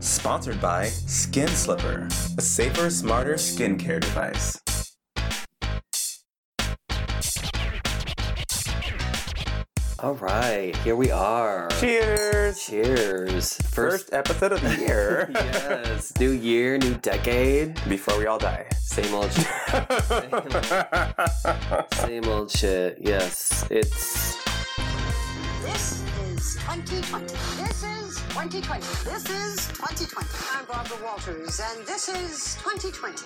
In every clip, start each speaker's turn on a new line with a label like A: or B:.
A: Sponsored by Skin Slipper, a safer, smarter skincare device.
B: All right, here we are.
A: Cheers!
B: Cheers.
A: First episode of the year.
B: yes. New year, new decade.
A: Before we all die.
B: Same old shit. Same old shit. Yes. It's
C: This is 2020. This is 2020. This is 2020. I'm Barbara Walters, and this is 2020.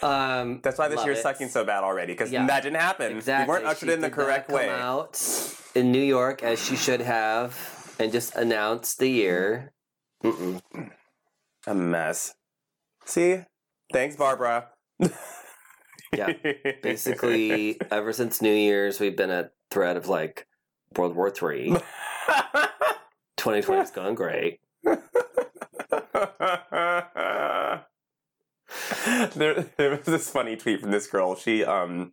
B: um
A: That's why this
B: love
A: year's
B: it.
A: sucking so bad already, because
B: Yeah.
A: that didn't happen.
B: Exactly.
A: We weren't ushered
B: She
A: in the
B: did not
A: correct
B: come
A: way.
B: out in New York as she should have and just announced the year. Mm-mm.
A: A mess. See? Thanks, Barbara.
B: Yeah. Basically, ever since New Year's, we've been a threat of like World War Three. 2020's gone great.
A: there, there was this funny tweet from this girl. She um,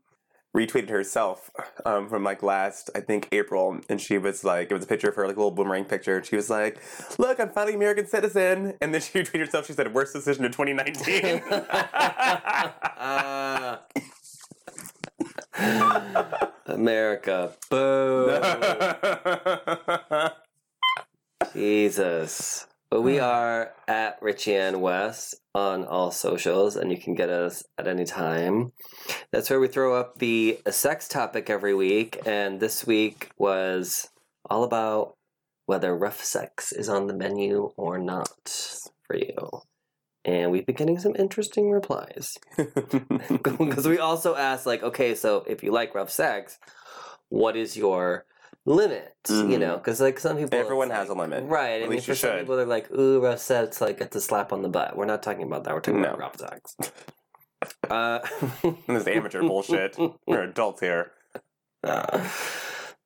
A: retweeted herself um, from like last, I think April, and she was like, it was a picture of her, like a little boomerang picture. And she was like, "Look, I'm finally American citizen." And then she retweeted herself. She said, "Worst decision of 2019."
B: Ah. America. Boo. Jesus. But we are at Richie Ann West on all socials, and you can get us at any time. That's where we throw up the sex topic every week, and this week was all about whether rough sex is on the menu or not for you. And we've been getting some interesting replies. Because we also asked, like, okay, so if you like rough sex, what is your limit? You
A: Mhm.
B: know, because like some people, it's
A: Everyone has
B: like-
A: a limit.
B: right? I
A: At
B: mean,
A: least
B: for
A: you
B: some
A: should.
B: people, they're like, "Ooh, rough sex, like it's a slap on the butt." We're not talking about that. We're talking about
A: No.
B: rough sex. uh,
A: This is amateur bullshit. We're adults here.
B: Uh,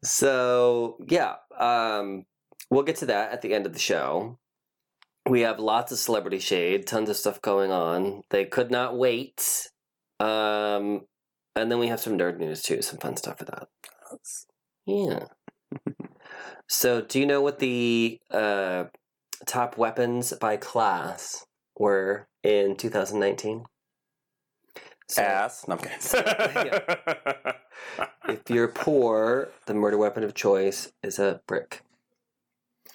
B: so yeah, um, we'll get to that at the end of the show. We have lots of celebrity shade, tons of stuff going on. They could not wait. Um, and then we have some nerd news too, some fun stuff for that. Yeah. so, do you know what the uh, top weapons by class were in 2019? So-
A: Ass. No, I'm kidding.
B: if you're poor, the murder weapon of choice is a brick.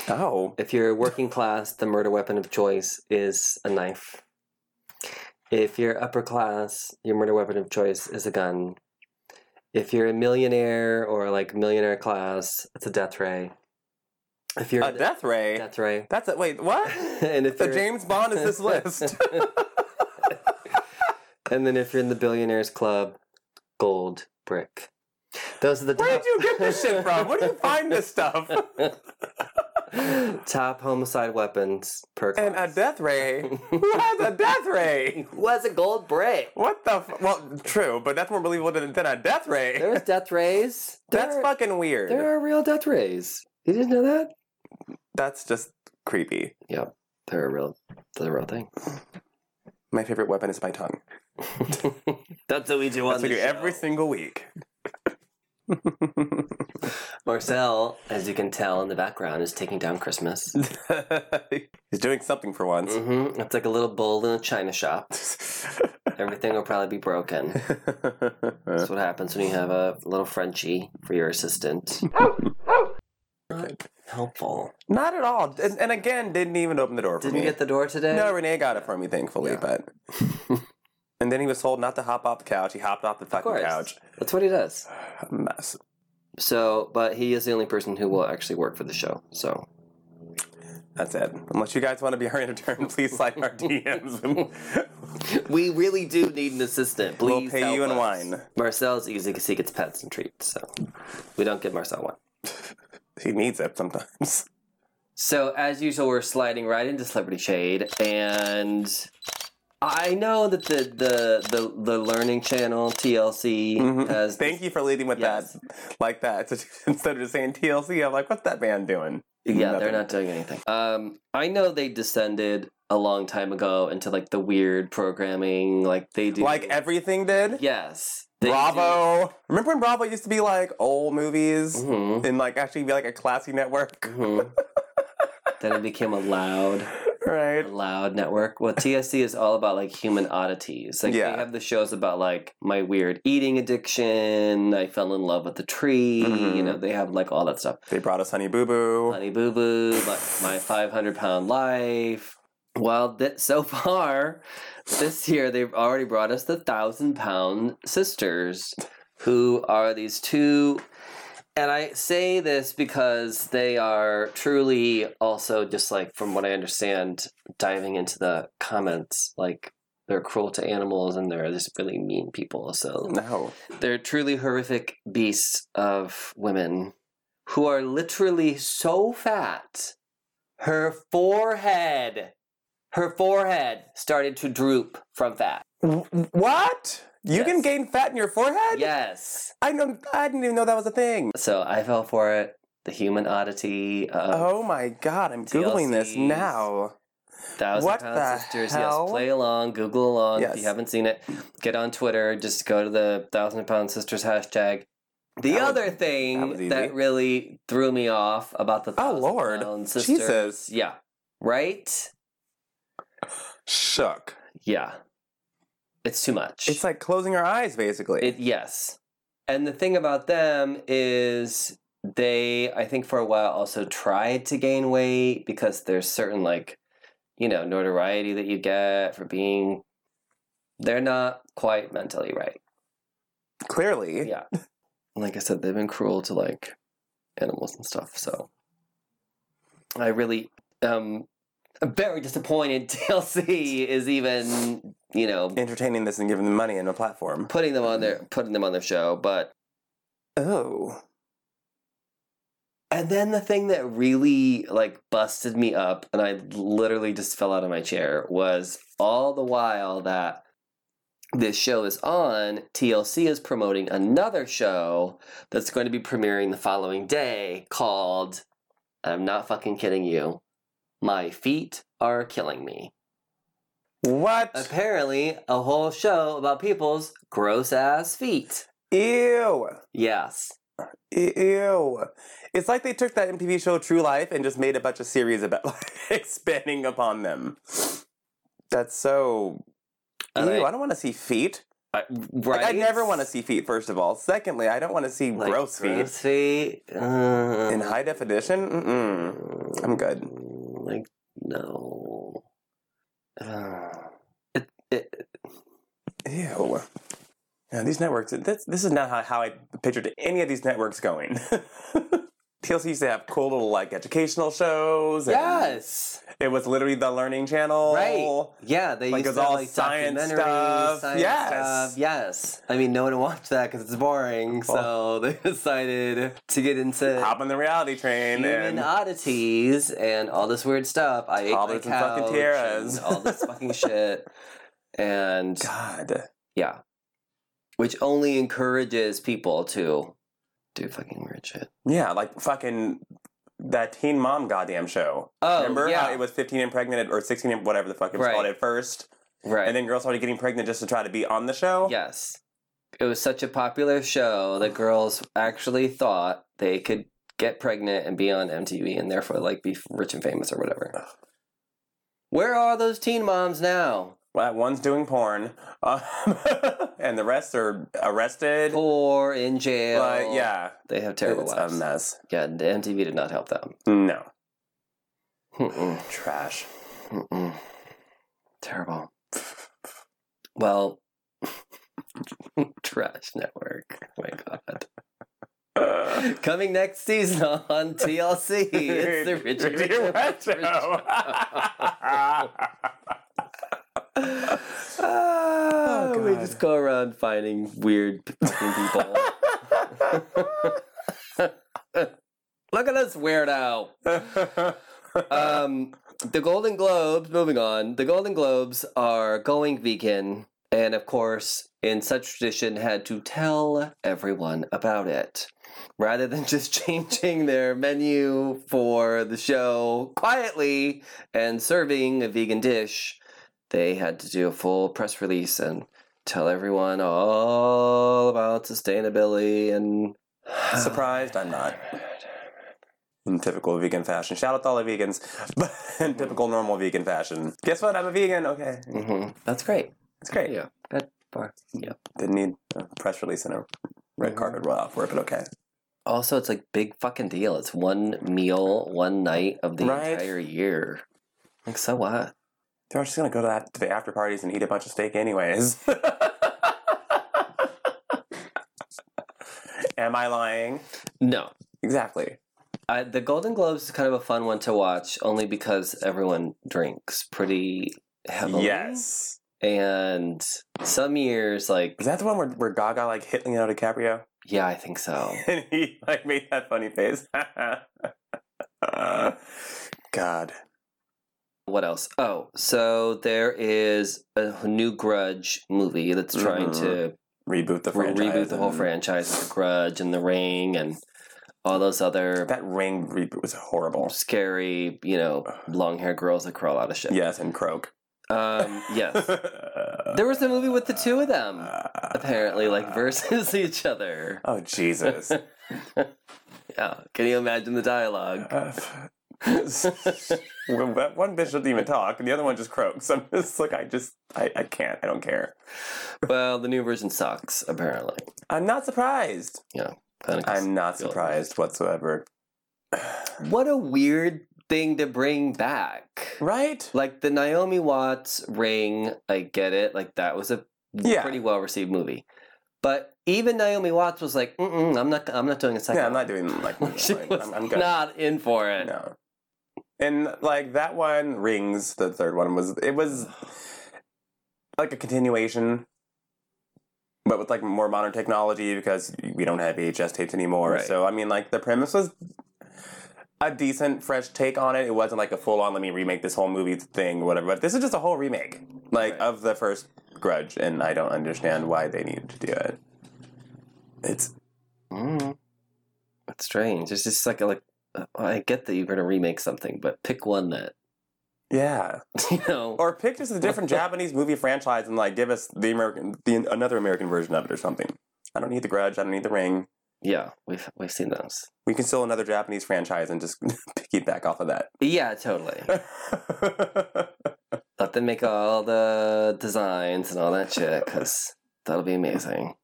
A: Oh.
B: If you're working class, the murder weapon of choice is a knife. If you're upper class, your murder weapon of choice is a gun. If you're a millionaire or like millionaire class, it's a death ray. If you're
A: A death ray.
B: death ray,
A: That's it. Wait, what?
B: and if
A: The
B: you're-
A: James Bond is this list.
B: and then if you're in the billionaires club, gold brick. Those are the.
A: Where
B: top-
A: did you get this shit from? Where do you find this stuff?
B: Top homicide weapons per
A: And uh, a
B: class.
A: death ray. Who has a death ray?
B: Who has a gold brick?
A: What the? F- well, true, but that's more believable than, than a death ray.
B: There's death rays.
A: That's
B: There-
A: fucking weird.
B: There are real death rays. You didn't know that?
A: That's just creepy.
B: Yep, they're a real, they're a real thing.
A: My favorite weapon is my tongue.
B: That's what we do
A: That's what we do every single week.
B: Marcel, as you can tell in the background, is taking down Christmas.
A: He's doing something for once.
B: hmm It's like a little bowl in a china shop. Everything will probably be broken. That's what happens when you have a little Frenchie for your assistant. Not helpful.
A: Not at all. And, and again, didn't even open the door for
B: Didn't
A: me.
B: get the door today.
A: No, Renee got it for me, thankfully.
B: Yeah.
A: But and then he was told not to hop off the couch. He hopped off the fucking
B: course.
A: couch.
B: That's what he does.
A: Mess.
B: So, but he is the only person who will actually work for the show. So,
A: That's it. Unless you guys want to be our intern, please slide our DMs.
B: we really do need an assistant. Please,
A: We'll pay
B: help
A: you in
B: us.
A: wine.
B: Marcel's easy because he gets pets and treats. So, we don't give Marcel one.
A: he needs it sometimes.
B: So, as usual, we're sliding right into celebrity shade, and I know that the the the, the Learning Channel TLC
A: Mm-hmm.
B: has
A: Thank you for leading with
B: Yes.
A: that, like that. So instead of just saying TLC, I'm like, what's that band doing?
B: Yeah,
A: Nothing.
B: they're not doing anything. Um, I know they descended a long time ago into like the weird programming, like they do.
A: Like everything did.
B: yes, they
A: Bravo. Remember when Bravo used to be like old movies
B: Mhm.
A: and like actually be like a classy network?
B: do- Mhm. then it became a loud
A: Right.
B: Loud Network. Well, TSC is all about like human oddities. Like
A: Yeah.
B: they have the shows about like my weird eating addiction. I fell in love with the tree. You
A: Mhm.
B: know, they have like all that stuff.
A: They brought us Honey Boo Boo.
B: Honey Boo Boo, my, my 500 pound life. Well, th- so far this year, they've already brought us the thousand pound sisters, who are these two. And I say this because they are truly also just like, from what I understand, diving into the comments, like they're cruel to animals and they're just really mean people. So
A: No.
B: they're truly horrific beasts of women who are literally so fat. Her forehead, her forehead started to droop from fat.
A: W- What? You can
B: Yes.
A: gain fat in your forehead?
B: Yes.
A: I know. I didn't even know that was a thing.
B: So I fell for it. The human oddity of
A: Oh my god! I'm googling this
B: TLCs.
A: now.
B: Thousand
A: what
B: Pound
A: the
B: Sisters.
A: hell?
B: Yes, play along, Google along. If
A: Yes.
B: you haven't seen it, get on Twitter. Just go to the Thousand Pound Sisters hashtag. The
A: That was-
B: other
A: that
B: thing
A: was
B: that,
A: easy. Oh,
B: really threw me off about the Thousand
A: Lord.
B: Pound Sisters,
A: Jesus.
B: yeah, right,
A: Shook.
B: yeah, it's too much.
A: It's like closing our eyes, basically.
B: It yes. And the thing about them is they I think for a while also tried to gain weight because there's certain like you know notoriety that you get for being they're not quite mentally right.
A: Clearly.
B: Yeah. Like I said they've been cruel to like animals and stuff. So I really um I'm very disappointed TLC is even, you know,
A: Entertaining this and giving them money and a platform.
B: putting them on their putting them on their show, but
A: Oh.
B: And then the thing that really like busted me up and I literally just fell out of my chair was all the while that this show is on, TLC is promoting another show that's going to be premiering the following day called I'm not fucking kidding you. My feet are killing me.
A: What?
B: Apparently, a whole show about people's gross ass feet.
A: Ew.
B: Yes.
A: Ew. It's like they took that MTV show True Life and just made a bunch of series about expanding upon them. That's so.
B: And
A: ew,
B: I-
A: I don't want to see feet.
B: I-
A: Like,
B: right?
A: I never want to see feet, first of all. Secondly, I don't want to see
B: Like,
A: gross feet.
B: Gross feet. Uh,
A: In high definition? Mm-mm. I'm good.
B: Like no. Uh, it, it,
A: Ew. Yeah, these networks, this, this is not how, how I pictured any of these networks going. TLC used to have cool little like educational shows. and
B: yes.
A: It was literally the learning channel.
B: Right. Yeah. They
A: Like, it's
B: used to have,
A: all
B: like
A: science
B: documentaries,
A: stuff.
B: science
A: Yes.
B: stuff. Yes. I mean, no one watched that because it's boring. So they decided to get into
A: Hop on the reality train.
B: human
A: and
B: oddities and all this weird stuff. I ate my
A: Toddlers and fucking
B: couch
A: tiaras.
B: and all this fucking shit. And
A: God.
B: Yeah. Which only encourages people to do fucking weird shit.
A: Yeah, like fucking that teen mom goddamn show.
B: Oh,
A: Remember
B: yeah.
A: how it was 15 and pregnant or 16 and whatever the fuck it was
B: Right.
A: called at first?
B: right.
A: And then girls started getting pregnant just to try to be on the show?
B: yes. It was such a popular show that girls actually thought they could get pregnant and be on MTV and therefore like be rich and famous or whatever. Where are those teen moms now?
A: Well, one's doing porn, um, and the rest are arrested.
B: Poor in jail.
A: But yeah,
B: They have terrible
A: it's
B: lives.
A: a mess.
B: yeah, the MTV did not help them. Hmm,
A: No,
B: Mm-mm.
A: trash.
B: Mm-mm. Terrible. Well, Trash Network. Oh my God.
A: Uh,
B: Coming next season on TLC. It's the Richie
A: Richie
B: Rich
A: Rich
B: Rich
A: show.
B: Ah,
A: Oh,
B: we
A: God.
B: just go around finding weird fucking people. Look at this weirdo. um, the Golden Globes, moving on, the Golden Globes are going vegan, and of course, in such tradition, had to tell everyone about it. Rather than just changing their menu for the show quietly and serving a vegan dish, they had to do a full press release and tell everyone all about sustainability and
A: Surprised I'm not. in typical vegan fashion. Shout out to all the vegans, but in typical normal vegan fashion. Guess what? I'm a vegan. Okay,
B: hmm That's great.
A: it's great.
B: Yeah. Good for you.
A: Didn't need a press release and a red
B: Mhm.
A: carpet roll out for it, but okay.
B: Also, it's like big fucking deal. It's one meal, one night of the
A: Right.
B: entire year. Like so what?
A: They're just gonna go to that to the after parties and eat a bunch of steak, anyways. Am I lying?
B: No,
A: Exactly.
B: I, the Golden Globes is kind of a fun one to watch, only because everyone drinks pretty heavily.
A: Yes.
B: and some years, like
A: Is that the one where, where Gaga like hit Leonardo DiCaprio?
B: yeah, I think so.
A: and he like made that funny face. God.
B: what else? Oh, so there is a new Grudge movie that's trying to
A: Reboot Mm-hmm. the
B: re-
A: franchise.
B: reboot the whole
A: and-
B: franchise, The Grudge and The Ring, and all those other
A: That ring reboot was horrible.
B: scary, you know, long haired girls that crawl out of shit.
A: Yes, and Croak.
B: Um, yes. There was a movie with the two of them, apparently, like versus each other.
A: Oh Jesus.
B: Yeah. Can you imagine the dialogue?
A: Uh, Well, that one bitch doesn't even talk, and the other one just croaks. I'm just like, I just, I, I can't. I don't care.
B: well, the new version sucks, apparently.
A: I'm not surprised.
B: Kinda 'cause-
A: I'm not surprised whatsoever.
B: What a weird thing to bring back.
A: Right?
B: Like the Naomi Watts ring, I get it. Like that was a
A: Yeah.
B: pretty well received movie. But even Naomi Watts was like, Mm-mm, "I'm not, I'm not doing a second.
A: Yeah, I'm not doing like,
B: one." she
A: like,
B: was
A: I'm, I'm good.
B: not in for it.
A: No. And like that one, Rings, the third one was it was like a continuation, but with like more modern technology because we don't have VHS tapes anymore.
B: Right.
A: So I mean, like the premise was a decent, fresh take on it. It wasn't like a full on let me remake this whole movie thing or whatever. But this is just a whole remake, like
B: Right.
A: of the first Grudge, and I don't understand why they needed to do it. It's Mm-hmm.
B: Mm. It's strange. It's just like a, like uh, I get that you're going to remake something, but pick one that
A: yeah.
B: you know.
A: or pick just a different Japanese movie franchise and like give us the American, the another American version of it or something. I don't need the Grudge. I don't need the Ring.
B: yeah, we've we've seen those.
A: We can still another Japanese franchise and just piggyback off of that.
B: Yeah, totally. Let them make all the designs and all that shit because that'll be amazing.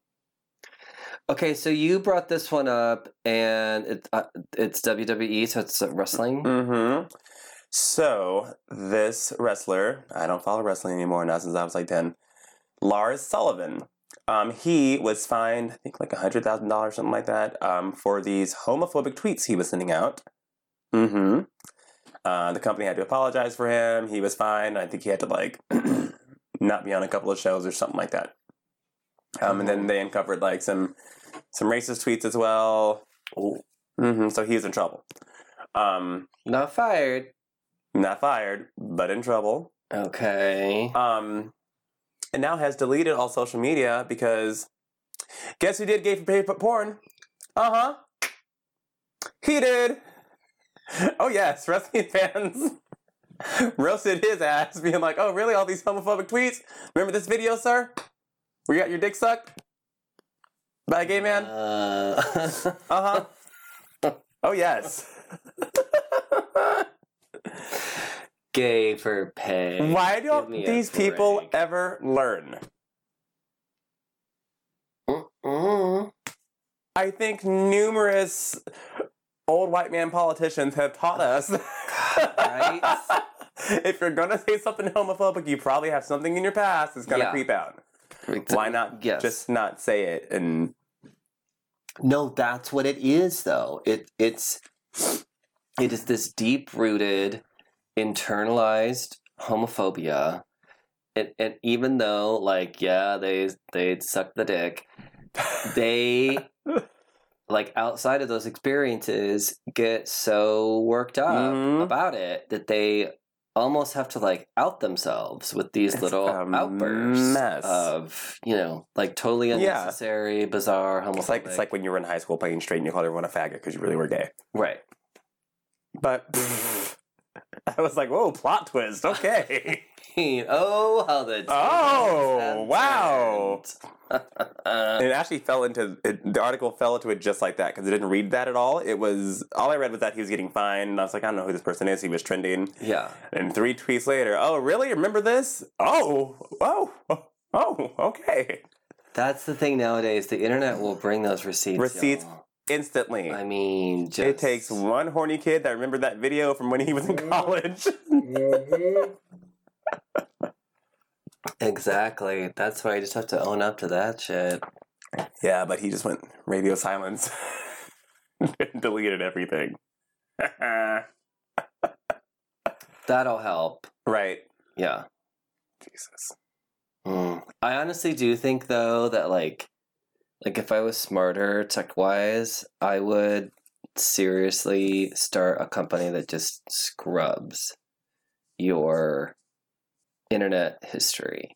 B: Okay, so you brought this one up, and it's uh, it's WWE, so it's uh, wrestling.
A: hmm So this wrestler, I don't follow wrestling anymore now since I was like ten. Lars Sullivan. Um, he was fined, I think, like hundred thousand dollars, something like that, um, for these homophobic tweets he was sending out. Mm-hmm. Uh, the company had to apologize for him. He was fined. I think he had to like not be on a couple of shows or something like that. Um, and then they uncovered like some some racist tweets as well. hmm So he was in trouble. Um,
B: Not fired.
A: not fired, but in trouble.
B: Okay.
A: Um, and now has deleted all social media because guess who did gay for pay for porn? Uh huh. He did. Oh yes, wrestling fans roasted his ass, being like, "Oh really? All these homophobic tweets? Remember this video, sir? Where you got your dick sucked by a gay man?"
B: Uh,
A: Uh huh. oh yes.
B: gay for pay.
A: Why
B: Give
A: don't
B: me a
A: these people
B: break.
A: ever learn?
B: Mm-mm.
A: I think numerous old white man politicians have taught us.
B: Oh, Right?
A: if you're gonna say something homophobic, you probably have something in your past that's gonna
B: Yeah.
A: creep out. Why not
B: Yes.
A: just not say it? And
B: No, that's what it is though. It it's it is this deep rooted internalized homophobia. And and even though like yeah, they they suck the dick, they like outside of those experiences get so worked up
A: Mhm.
B: about it that they almost have to like out themselves with these
A: It's
B: little
A: a
B: outbursts
A: mess.
B: of you know like totally
A: Yeah.
B: unnecessary bizarre homophobic
A: it's like it's like when you were in high school playing straight and you called everyone a faggot because you really were gay.
B: Right.
A: But pff, I was like, whoa, plot twist. Okay.
B: oh, how the
A: Oh,
B: tables have
A: wow.
B: turned.
A: and it actually fell into it, the article fell into it just like that because it didn't read that at all. It was all I read was that he was getting fined, and I was like, I don't know who this person is. He was trending,
B: yeah.
A: and three tweets later, oh really? Remember this? Oh, oh, oh, okay.
B: That's the thing nowadays. The internet will bring those receipts.
A: Receipts.
B: y'all.
A: Instantly.
B: I mean, just
A: It takes one horny kid that remembered that video from when he was in college.
B: exactly. That's why you just have to own up to that shit.
A: yeah, but he just went radio silence. Deleted everything.
B: That'll help.
A: right.
B: Yeah.
A: Jesus. Hmm.
B: Mm. I honestly do think though that like, like if I was smarter tech wise, I would seriously start a company that just scrubs your internet history.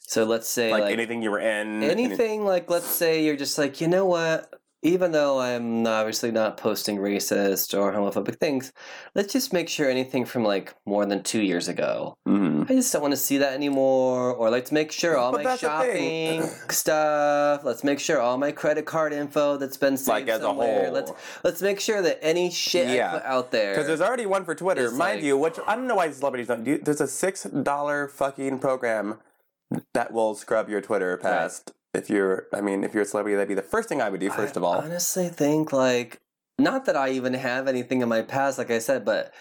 B: So let's say
A: Like,
B: like
A: anything you were in. any-
B: anything like let's say you're just like you know what even though i'm obviously not posting racist or homophobic things let's just make sure anything from like more than two years ago
A: Mhm.
B: i just don't want to see that anymore or let's make sure all
A: But
B: my
A: that's the thing.
B: shopping stuff let's make sure all my credit card info that's been saved
A: Like as a
B: somewhere
A: whole.
B: let's let's make sure that any shit
A: Yeah.
B: i put out there
A: Because there's already one for Twitter,
B: It's
A: mind
B: like-
A: you. Which I don't know why celebrities don't do. There's a six dollar fucking program that will scrub your Twitter past. If you're, I mean, if you're a celebrity, that'd be the first thing I would do. First
B: I
A: of all,
B: honestly think like not that I even have anything in my past, like I said, but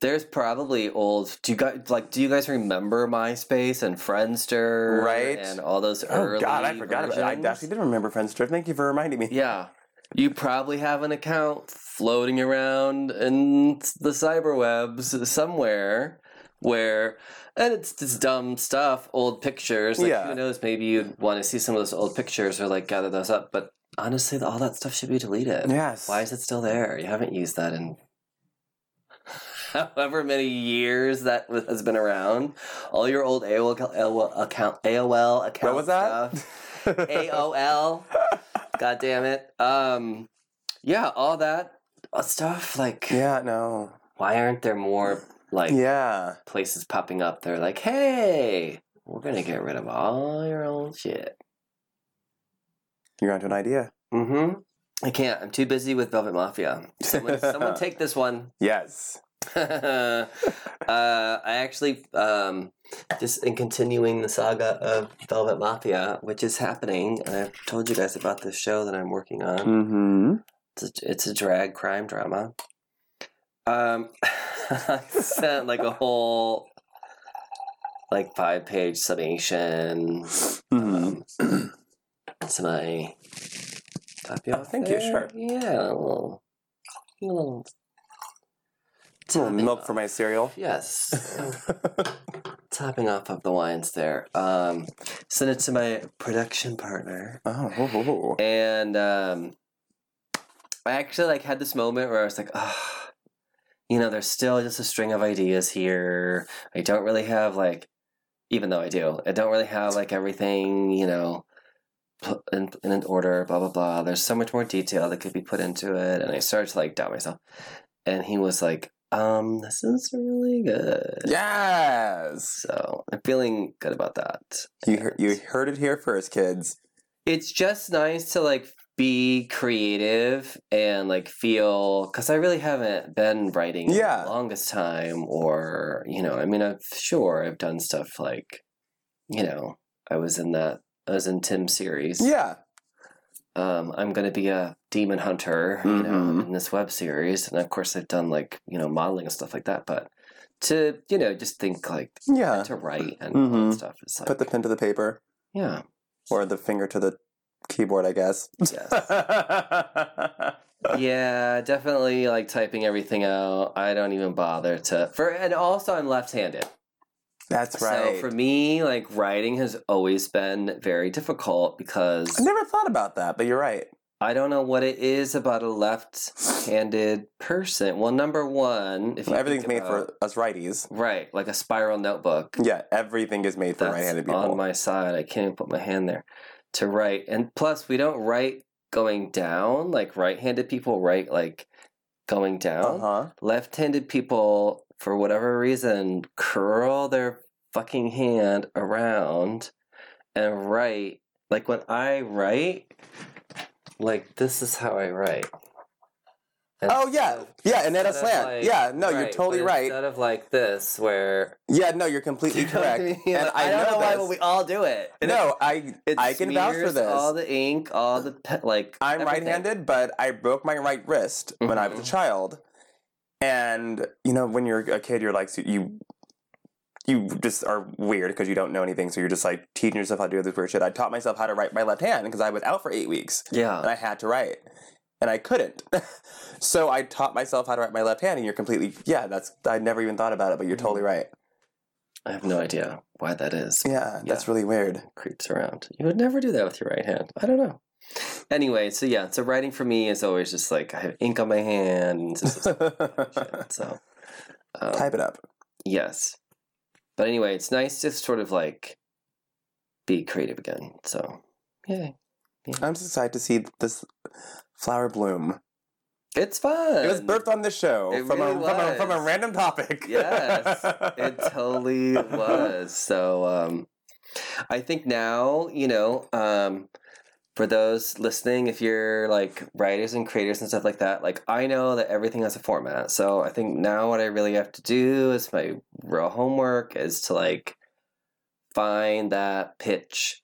B: there's probably old. Do you guys like? Do you guys remember MySpace and Friendster,
A: Right.
B: And all those
A: oh
B: early.
A: god, I forgot about.
B: versions?
A: It. I actually did remember Friendster. Thank you for reminding me.
B: Yeah, you probably have an account floating around in the cyberwebs somewhere. Where and it's just dumb stuff, old pictures. Like
A: Yeah.
B: who knows? Maybe you'd want to see some of those old pictures or like gather those up. But honestly, all that stuff should be deleted.
A: Yes.
B: Why is it still there? You haven't used that in however many years that has been around. All your old AOL account, AOL account, AOL account
A: What was that?
B: stuff. AOL. God damn it. Um, yeah, all that stuff. Like,
A: yeah. No.
B: why aren't there more like
A: Yeah.
B: places popping up? They're like, hey, we're gonna get rid of all your old shit.
A: You're onto an idea.
B: Mm-hmm. I can't. I'm too busy with Velvet Mafia. Someone, someone take this one.
A: Yes.
B: uh, I actually, um, just in continuing the saga of Velvet Mafia, which is happening, and I've told you guys about this show that I'm working on.
A: Mm-hmm.
B: It's a, it's a drag crime drama. Um, I sent like a whole, like five page summation
A: hmm
B: um, to my copy.
A: Oh, thank you, sure.
B: Yeah, a little, a little
A: A little
B: topping
A: milk
B: off.
A: for my cereal.
B: Yes. Topping off of the wines there. Um, sent it to my production partner,
A: Oh. ho, ho, ho.
B: and um, I actually like had this moment where I was like, ah, you know, there's still just a string of ideas here. I don't really have like, even though I do, I don't really have like everything, you know, pl- in, in an order. Blah blah blah. There's so much more detail that could be put into it, and I started to like doubt myself. And he was like, um, this is really good.
A: Yes.
B: So I'm feeling good about that.
A: You heard, you heard it here first, kids.
B: It's just nice to like be creative and like feel because I really haven't been writing in
A: Yeah.
B: the longest time, or you know, I mean, I've sure I've done stuff like, you know, I was in that I was in Tim's series.
A: Yeah.
B: Um, I'm gonna be a demon hunter, you know,
A: Mhm.
B: in this web series, and of course I've done like you know modeling and stuff like that, but to you know just think like
A: Yeah.
B: to write and all
A: Mhm.
B: that stuff is like
A: Put the pen to the paper
B: yeah
A: or the finger to the keyboard, I guess.
B: yes. yeah, definitely like typing everything out. I don't even bother to for and also I'm left-handed.
A: That's right.
B: So for me, like writing has always been very difficult
A: I
B: because
A: never thought about that, but you're right.
B: I don't know what it is about a left-handed person. Well, number one, if you
A: Everything's
B: think
A: made
B: about,
A: for us righties.
B: right, like a spiral notebook.
A: Yeah, everything is made for
B: that's
A: right-handed people.
B: on my side. I can't even put my hand there to write. And plus, we don't write going down. Like right-handed people write like going down.
A: Uh huh.
B: Left-handed people, for whatever reason, curl their fucking hand around and write. Like when I write, like this is how I write. And
A: Oh yeah,
B: so
A: yeah, and then a
B: instead of,
A: slant.
B: like-
A: yeah, no, you're
B: right,
A: totally
B: but
A: right.
B: Instead of like this, where
A: Yeah, no, you're completely
B: You know what I
A: correct.
B: mean?
A: And
B: Like,
A: I,
B: don't know
A: know,
B: why,
A: this.
B: but we all do it. And it-
A: no, I
B: it
A: I can vouch for
B: smears All
A: this.
B: the ink, all the pe- like.
A: I'm
B: everything.
A: right-handed, but I broke my right wrist when I was a
B: Mhm.
A: child. And you know, when you're a kid, you're like so you you just are weird because you don't know anything, so you're just like teaching yourself how to do this weird shit. I taught myself how to write my left hand because I was out for eight weeks. and
B: Yeah.
A: I had to write, and I couldn't. so I taught myself how to write my left hand, and you're completely yeah. That's I never even thought about it, but you're totally
B: Mm-hmm.
A: right.
B: I have no idea why that is.
A: Yeah, that's
B: Yeah.
A: really weird.
B: Creeps around. You would never do that with your right hand. I don't know. Anyway, so yeah, so writing for me is always just like I have ink on my hand. And just this
A: Type
B: shit, so. Um,
A: it up.
B: Yes. But anyway, it's nice to sort of like be creative again. So, yeah.
A: I'm just excited to see this flower bloom.
B: It's fun.
A: It was birthed on this show
B: It
A: from,
B: really
A: a, from a from a
B: was.
A: random topic.
B: Yes, it totally was. So um, I think now, you know, um, for those listening, if you're like writers and creators and stuff like that, like I know that everything has a format. So I think now what I really have to do is my real homework is to like find that pitch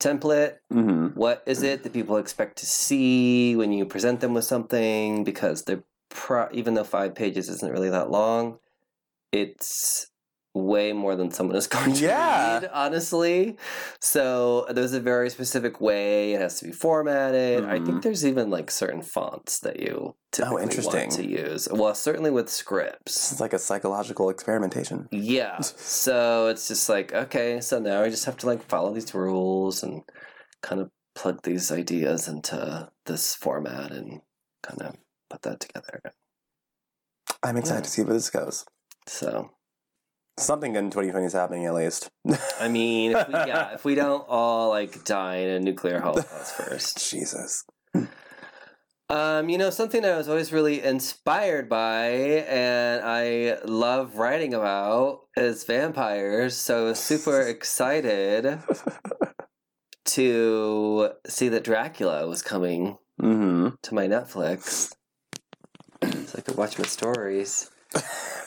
B: template
A: hmm
B: what is it that people expect to see when you present them with something because they're pro- even though five pages isn't really that long it's way more than someone is going to
A: Yeah.
B: read honestly so there's a very specific way it has to be formatted i think
A: Mhm.
B: there's even like certain fonts that you typically
A: Oh, interesting.
B: want to use well certainly with scripts
A: It's like a psychological experimentation.
B: yeah. So it's just like, okay, so now I just have to like follow these rules and kind of plug these ideas into this format and kind of put that together.
A: I'm excited to see where this goes.
B: So
A: Something good in 2020 is happening at least.
B: I mean, if we, yeah, if we don't all like die in a nuclear holocaust first,
A: Jesus.
B: um, you know, something I was always really inspired by and I love writing about is vampires. So I was super excited to see that Dracula was coming
A: Mm-hmm.
B: to my Netflix so I could watch my stories.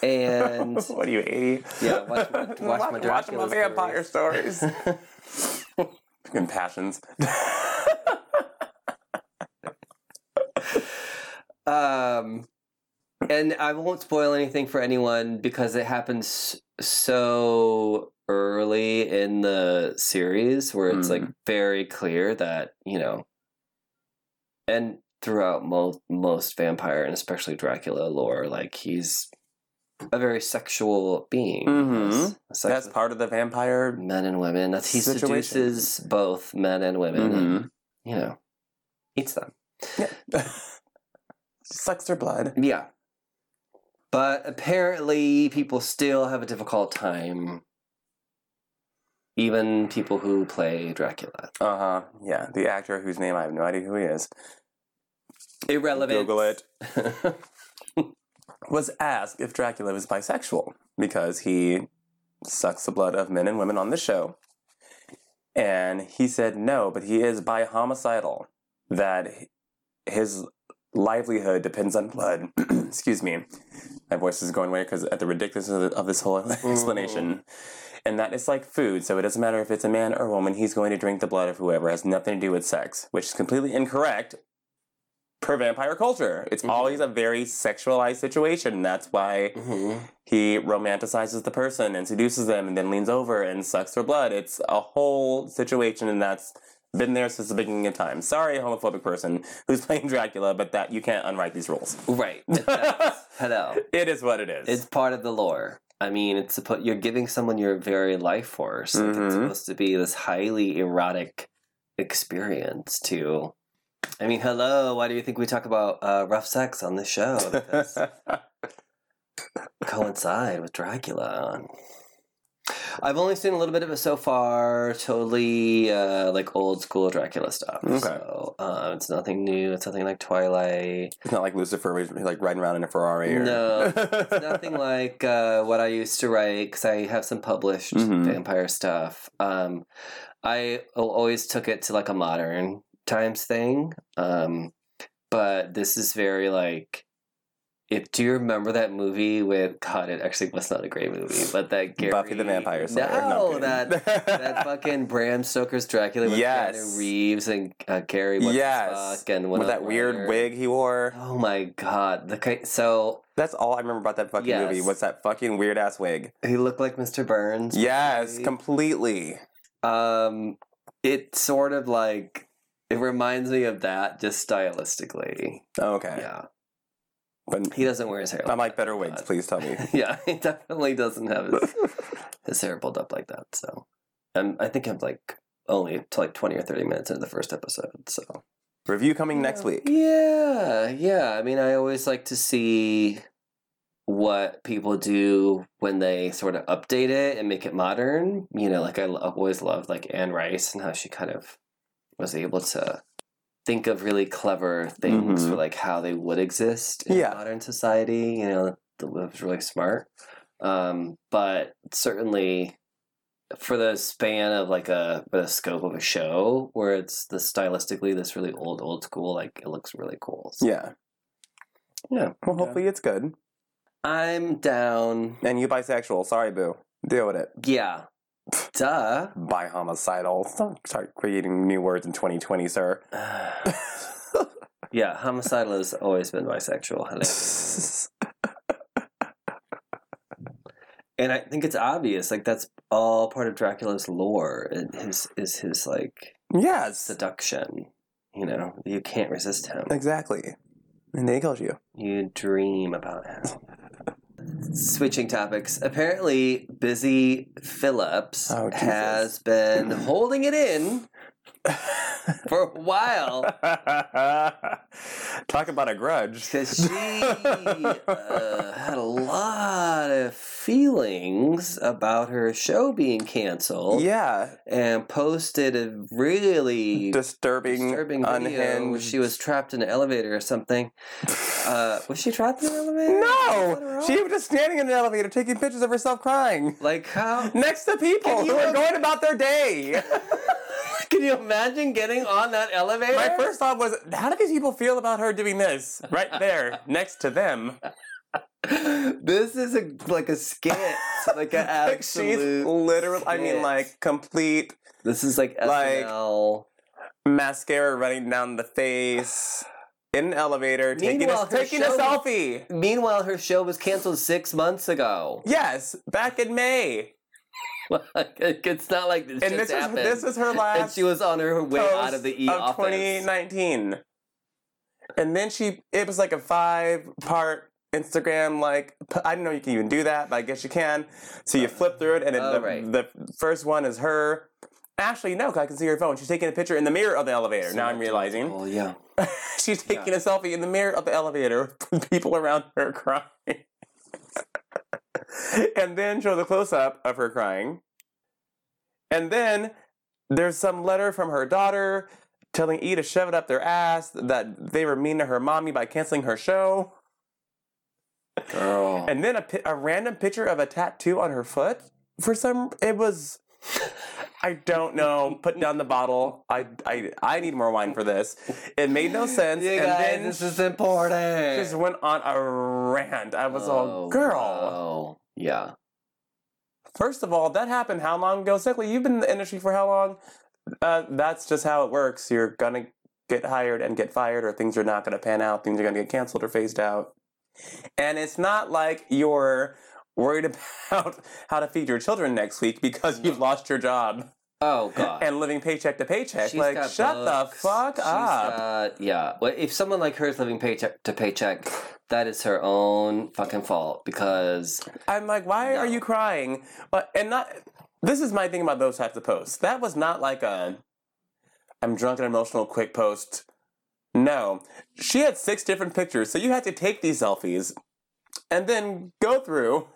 B: And
A: what are you, 80?
B: Yeah, watch my- watch my Dracula
A: vampire stories. Fucking passions.
B: um and I won't spoil anything for anyone because it happens so early in the series where it's like very clear that, you know, and throughout most most vampire and especially Dracula lore, like he's a very sexual being.
A: Mhm.
B: Yes. A sexual
A: That's part of the vampire.
B: men and women. That's he
A: Situation.
B: seduces both men and women. And, you know, eats them.
A: Yeah. Sucks their blood.
B: Yeah. But apparently, people still have a difficult time. Even people who play Dracula.
A: Uh huh. Yeah, the actor whose name I have no idea who he is.
B: Irrelevant.
A: Google it. Was asked if Dracula was bisexual because he sucks the blood of men and women on the show. And he said no, but he is bi homicidal, that his livelihood depends on blood. Excuse me. My voice is going away because at the ridiculousness of- of this whole explanation. And that is like food, so it doesn't matter if it's a man or a woman, he's going to drink the blood of whoever, has nothing to do with sex, which is completely incorrect per vampire culture. It's
B: Mhm.
A: always a very sexualized situation, and that's why
B: Mhm.
A: he romanticizes the person and seduces them and then leans over and sucks their blood. It's a whole situation and that's been there since the beginning of time. Sorry, homophobic person who's playing Dracula, but that you can't unwrite these rules.
B: Right. That's- Hello.
A: It is what it is.
B: It's part of the lore. I mean, it's suppo- you're giving someone your very life force. Like,
A: Mhm.
B: It's supposed to be this highly erotic experience. To, I mean, hello. Why do you think we talk about uh, rough sex on this show? Because coincide with Dracula. I've only seen a little bit of it so far. Totally uh, like old school Dracula stuff.
A: Okay.
B: So um, it's nothing new. It's nothing like Twilight.
A: It's not like Lucifer was like riding around in a Ferrari. Or...
B: No, It's nothing like uh, what I used to write because I have some published
A: Mhm.
B: vampire stuff. Um, I al- always took it to like a modern times thing. Um, but this is very like. If do you remember that movie with God? It actually was not a great movie, but that Gary
A: Buffy the Vampire Slayer.
B: No,
A: No, I'm kidding.
B: that that fucking Bram Stoker's Dracula with
A: Yes.
B: Keanu Reeves and uh, Gary what's
A: Yes.
B: fuck and
A: with that
B: Winona
A: weird
B: Ryder.
A: wig he wore.
B: Oh my god! The ki- so
A: That's all I remember about that fucking
B: Yes.
A: movie was that fucking weird ass wig.
B: he looked like Mr. Burns.
A: Yes,
B: Really?
A: completely.
B: Um, it sort of like it reminds me of that just stylistically.
A: Oh, Okay.
B: Yeah,
A: But
B: he doesn't wear his hair.
A: I'm like better wigs,
B: God.
A: please tell me.
B: yeah, he definitely doesn't have his, his hair pulled up like that. So, um, I think I'm like only to like twenty or thirty minutes into the first episode. So.
A: Review coming next
B: Yeah.
A: week.
B: Yeah, yeah. I mean, I always like to see what people do when they sort of update it and make it modern. You know, like I lo- I've always loved like Anne Rice and how she kind of was able to think of really clever things
A: Mhm.
B: for like how they would exist in
A: Yeah.
B: modern society. You know, that was really smart. Um, but certainly for the span of like a for the scope of a show where it's the stylistically this really old old school like it looks really cool so
A: Yeah.
B: Yeah.
A: Well, hopefully it's good.
B: i'm down
A: And you bisexual. Sorry, boo. Deal with it.
B: yeah duh
A: Bi homicidal. Stop start creating new words in 2020, sir.
B: yeah homicidal has always been bisexual honey. and i think it's obvious like that's all part of dracula's lore and his is his like
A: yes.
B: seduction you know you can't resist him
A: Exactly. And they killed you.
B: You dream about him. Switching topics. Apparently, Busy Phillips
A: Oh, Jesus.
B: has been holding it in for a while
A: Talk about a grudge.
B: because she uh, had a lot of feelings about her show being canceled
A: Yeah.
B: and posted a really
A: Disturbing,
B: disturbing video where
A: unhinged.
B: she was trapped in an elevator or something. Uh, was she trapped in an elevator? Is that her
A: no!
B: own?
A: She was just standing in the elevator taking pictures of herself crying.
B: Like how?
A: Next to people
B: Can you
A: who are
B: imagine-
A: going about their day.
B: Can you imagine getting on that elevator?
A: My first thought was, how do these people feel about her doing this right there next to them?
B: this is a like a skit, like an
A: Like she's
B: absolute.
A: literally, I mean,
B: skit.
A: like complete
B: this is like
A: like-
B: SNL.
A: mascara running down the face in an elevator, taking
B: Meanwhile,
A: a,
B: her
A: taking a
B: show-
A: selfie.
B: Meanwhile, her show was canceled six months ago.
A: Yes, back in May.
B: Like, it's not like this
A: And
B: just
A: this is
B: happened.
A: this is her
B: and
A: last
B: she was on her way out
A: post
B: of the E
A: of
B: office.
A: 2019. And then she, it was like a five part Instagram, like, p- I don't know you can even do that, but I guess you can. So you flip through it, and it,
B: Oh,
A: the,
B: right.
A: the first one is her. Actually, no, 'cause I can see her phone. She's taking a picture in the mirror of the elevator. now I'm realizing.
B: Well, Oh, yeah.
A: She's taking a selfie in the mirror of the elevator with people around her crying. and then show the close up of her crying. And then there's some letter from her daughter telling E to shove it up their ass that they were mean to her mommy by canceling her show.
B: Girl.
A: And then a, pi- a random picture of a tattoo on her foot. For some, it was. I don't know. Put down the bottle. I, I, I need more wine for this. It made no sense.
B: you
A: and
B: guys,
A: then
B: this
A: she
B: is important.
A: just went on a rant. I was all,
B: Oh,
A: girl.
B: wow. Yeah.
A: First of all, that happened how long ago? Secondly, you've been in the industry for how long? Uh, that's just how it works. You're gonna get hired and get fired, or things are not gonna pan out. Things are gonna get canceled or phased out. And it's not like you're worried about how to feed your children next week because you've lost your job
B: Oh god.
A: and living paycheck to paycheck.
B: She's
A: like,
B: got
A: shut
B: books.
A: the fuck
B: She's
A: up.
B: got- yeah. Well, if someone like her is living paycheck to paycheck, that is her own fucking fault because
A: I'm like, why are
B: No.
A: you crying? But and not. This is my thing about those types of posts. That was not like a, I'm drunk and emotional quick post. No, she had six different pictures, so you had to take these selfies, and then go through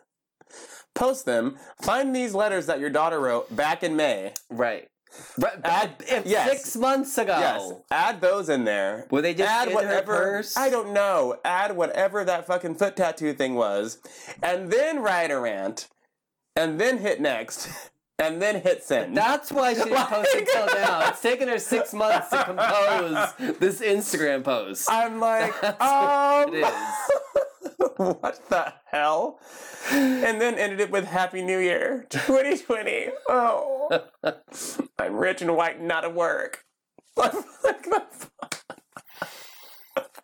A: Post them. Find these letters that your daughter wrote back in May.
B: Right. Right
A: Add-
B: if
A: Uh, yes.
B: Six months ago.
A: Yes. Add those in there.
B: Were Oh. they just
A: Add
B: in
A: whatever.
B: her purse?
A: I don't know. Add whatever that fucking foot tattoo thing was, and then write a rant, and then hit next, and then hit send.
B: That's why she didn't post it till now. It's taken her six months to compose this Instagram post.
A: I'm like,
B: That's
A: um,
B: what it
A: what the hell? And then ended it with Happy New Year 2020. Oh, I'm rich and white, and not at work.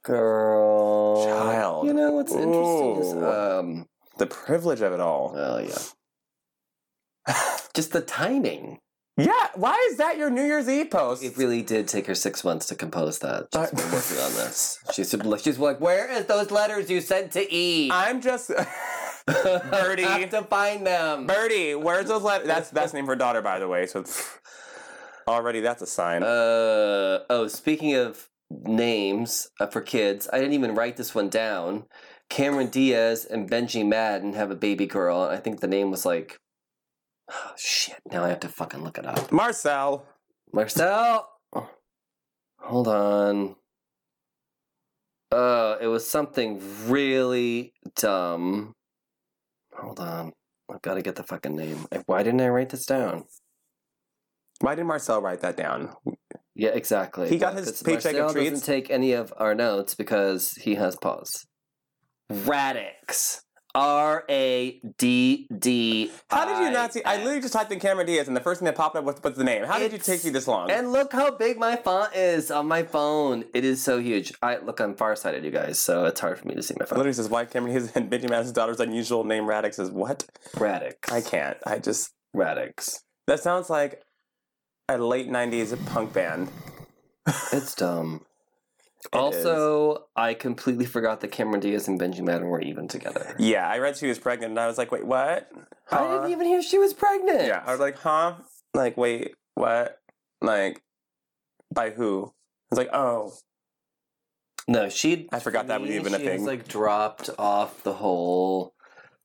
B: Girl.
A: Child.
B: You know what's interesting is,
A: Ooh.
B: um,
A: the privilege of it all.
B: well, yeah. Just the timing.
A: Yeah, why is that your New Year's Eve post?
B: It really did take her six months to compose that. She's
A: I-
B: been working on this. She's, she's like, where is those letters you sent to E?
A: I'm just
B: Birdie.
A: Birdie.
B: have to find them.
A: Birdie. Where's those letters? That's that's the name of her daughter, by the way. So it's- already that's a sign.
B: Uh, oh, speaking of names uh, for kids, I didn't even write this one down. Cameron Diaz and Benji Madden have a baby girl, and I think the name was like. Oh, shit, now I have to fucking look it up.
A: Marcel.
B: Marcel! Oh, Hold on. Uh, it was something really dumb. Hold on. I've got to get the fucking name. Like, Why didn't I write this down?
A: Why did Marcel write that down?
B: Yeah, exactly.
A: He got
B: But
A: his
B: it's-
A: paycheck and
B: Marcel
A: treats.
B: doesn't take any of our notes because he has pause. Radix. R A D D.
A: How did you not see? I literally just typed in Cameron Diaz, and the first thing that popped up was what's the name? How did you take
B: It's-
A: you this long?
B: And look how big my font is on my phone. It is so huge. I look I'm farsighted, you guys, so it's hard for me to see my phone.
A: Literally says wife Cameron Diaz and Benji Madison's daughter's unusual name Radix is what?
B: Radix.
A: I can't. I just
B: Radix.
A: that sounds like a late '90s punk band.
B: It's dumb.
A: It
B: also, I completely forgot that Cameron Diaz and Benji Madden were even together.
A: Yeah, I read she was pregnant, and I was like, wait, what?
B: I
A: Huh?
B: didn't even hear she was pregnant.
A: Yeah, I was like, huh? Like, wait, what? Like, by who? I was like, oh,
B: No, she.
A: I forgot that was
B: me,
A: even a
B: she has,
A: thing.
B: like dropped off the whole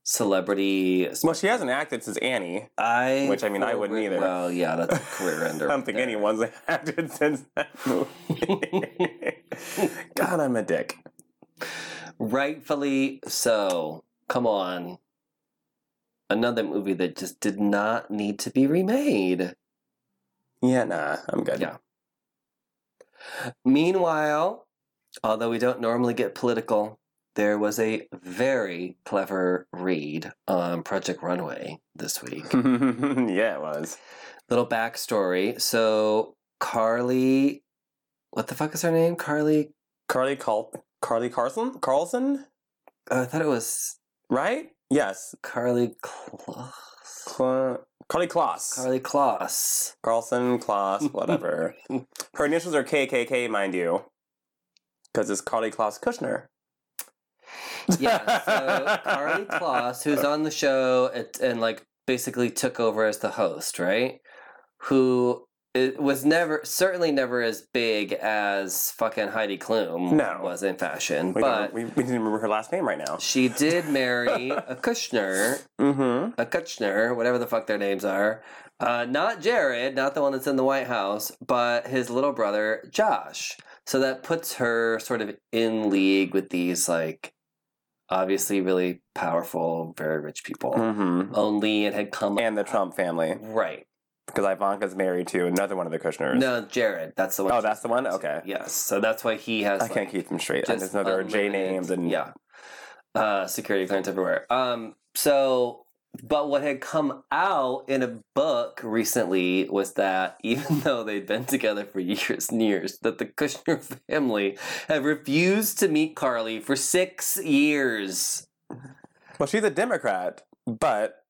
B: celebrity.
A: well, she hasn't acted since Annie.
B: I,
A: Which, I mean, I wouldn't either.
B: Well, yeah, that's a career ender.
A: I don't think anyone's acted since that movie. God, I'm a dick.
B: Rightfully so. Come on. Another movie that just did not need to be remade.
A: Yeah, nah, I'm good.
B: Yeah. Meanwhile, although we don't normally get political, there was a very clever read on Project Runway this week.
A: yeah, it was.
B: little backstory. So Carly, what the fuck is her name? Carly.
A: Carly Carl Carly Carlson Carlson,
B: Oh, I thought it was
A: right? Yes.
B: Carly Kloss.
A: Cla- Carly Kloss.
B: Carly Kloss.
A: Carlson, Kloss, whatever. Her initials are KKK, mind you. Because it's Carly Kloss Kushner.
B: Yeah. So Carly Kloss, who's on the show at, and like basically took over as the host, right? Who it was never certainly never as big as fucking Heidi Klum
A: No.
B: was in fashion,
A: We,
B: but
A: don't, we, we didn't remember her last name right now.
B: she did marry a Kushner
A: Mm-hmm.
B: a Kutchner, whatever the fuck their names are. Uh, not Jared, not the one that's in the White House, but his little brother Josh. So that puts her sort of in league with these like obviously really powerful, very rich people.
A: Mm-hmm.
B: Only it had come
A: And the Trump family.
B: right.
A: Because Ivanka's married to another one of the Kushners.
B: No, Jared. That's the one.
A: Oh,
B: she's
A: that's the one?
B: married to.
A: Okay.
B: Yes. So that's why he has.
A: I can't
B: like,
A: keep them straight. I just know there are J
B: unlimited-
A: names and
B: yeah, uh, security clearance everywhere. Um, so, but what had come out in a book recently was that even though they'd been together for years and years, that the Kushner family had refused to meet Carly for six years.
A: Well, she's a Democrat, but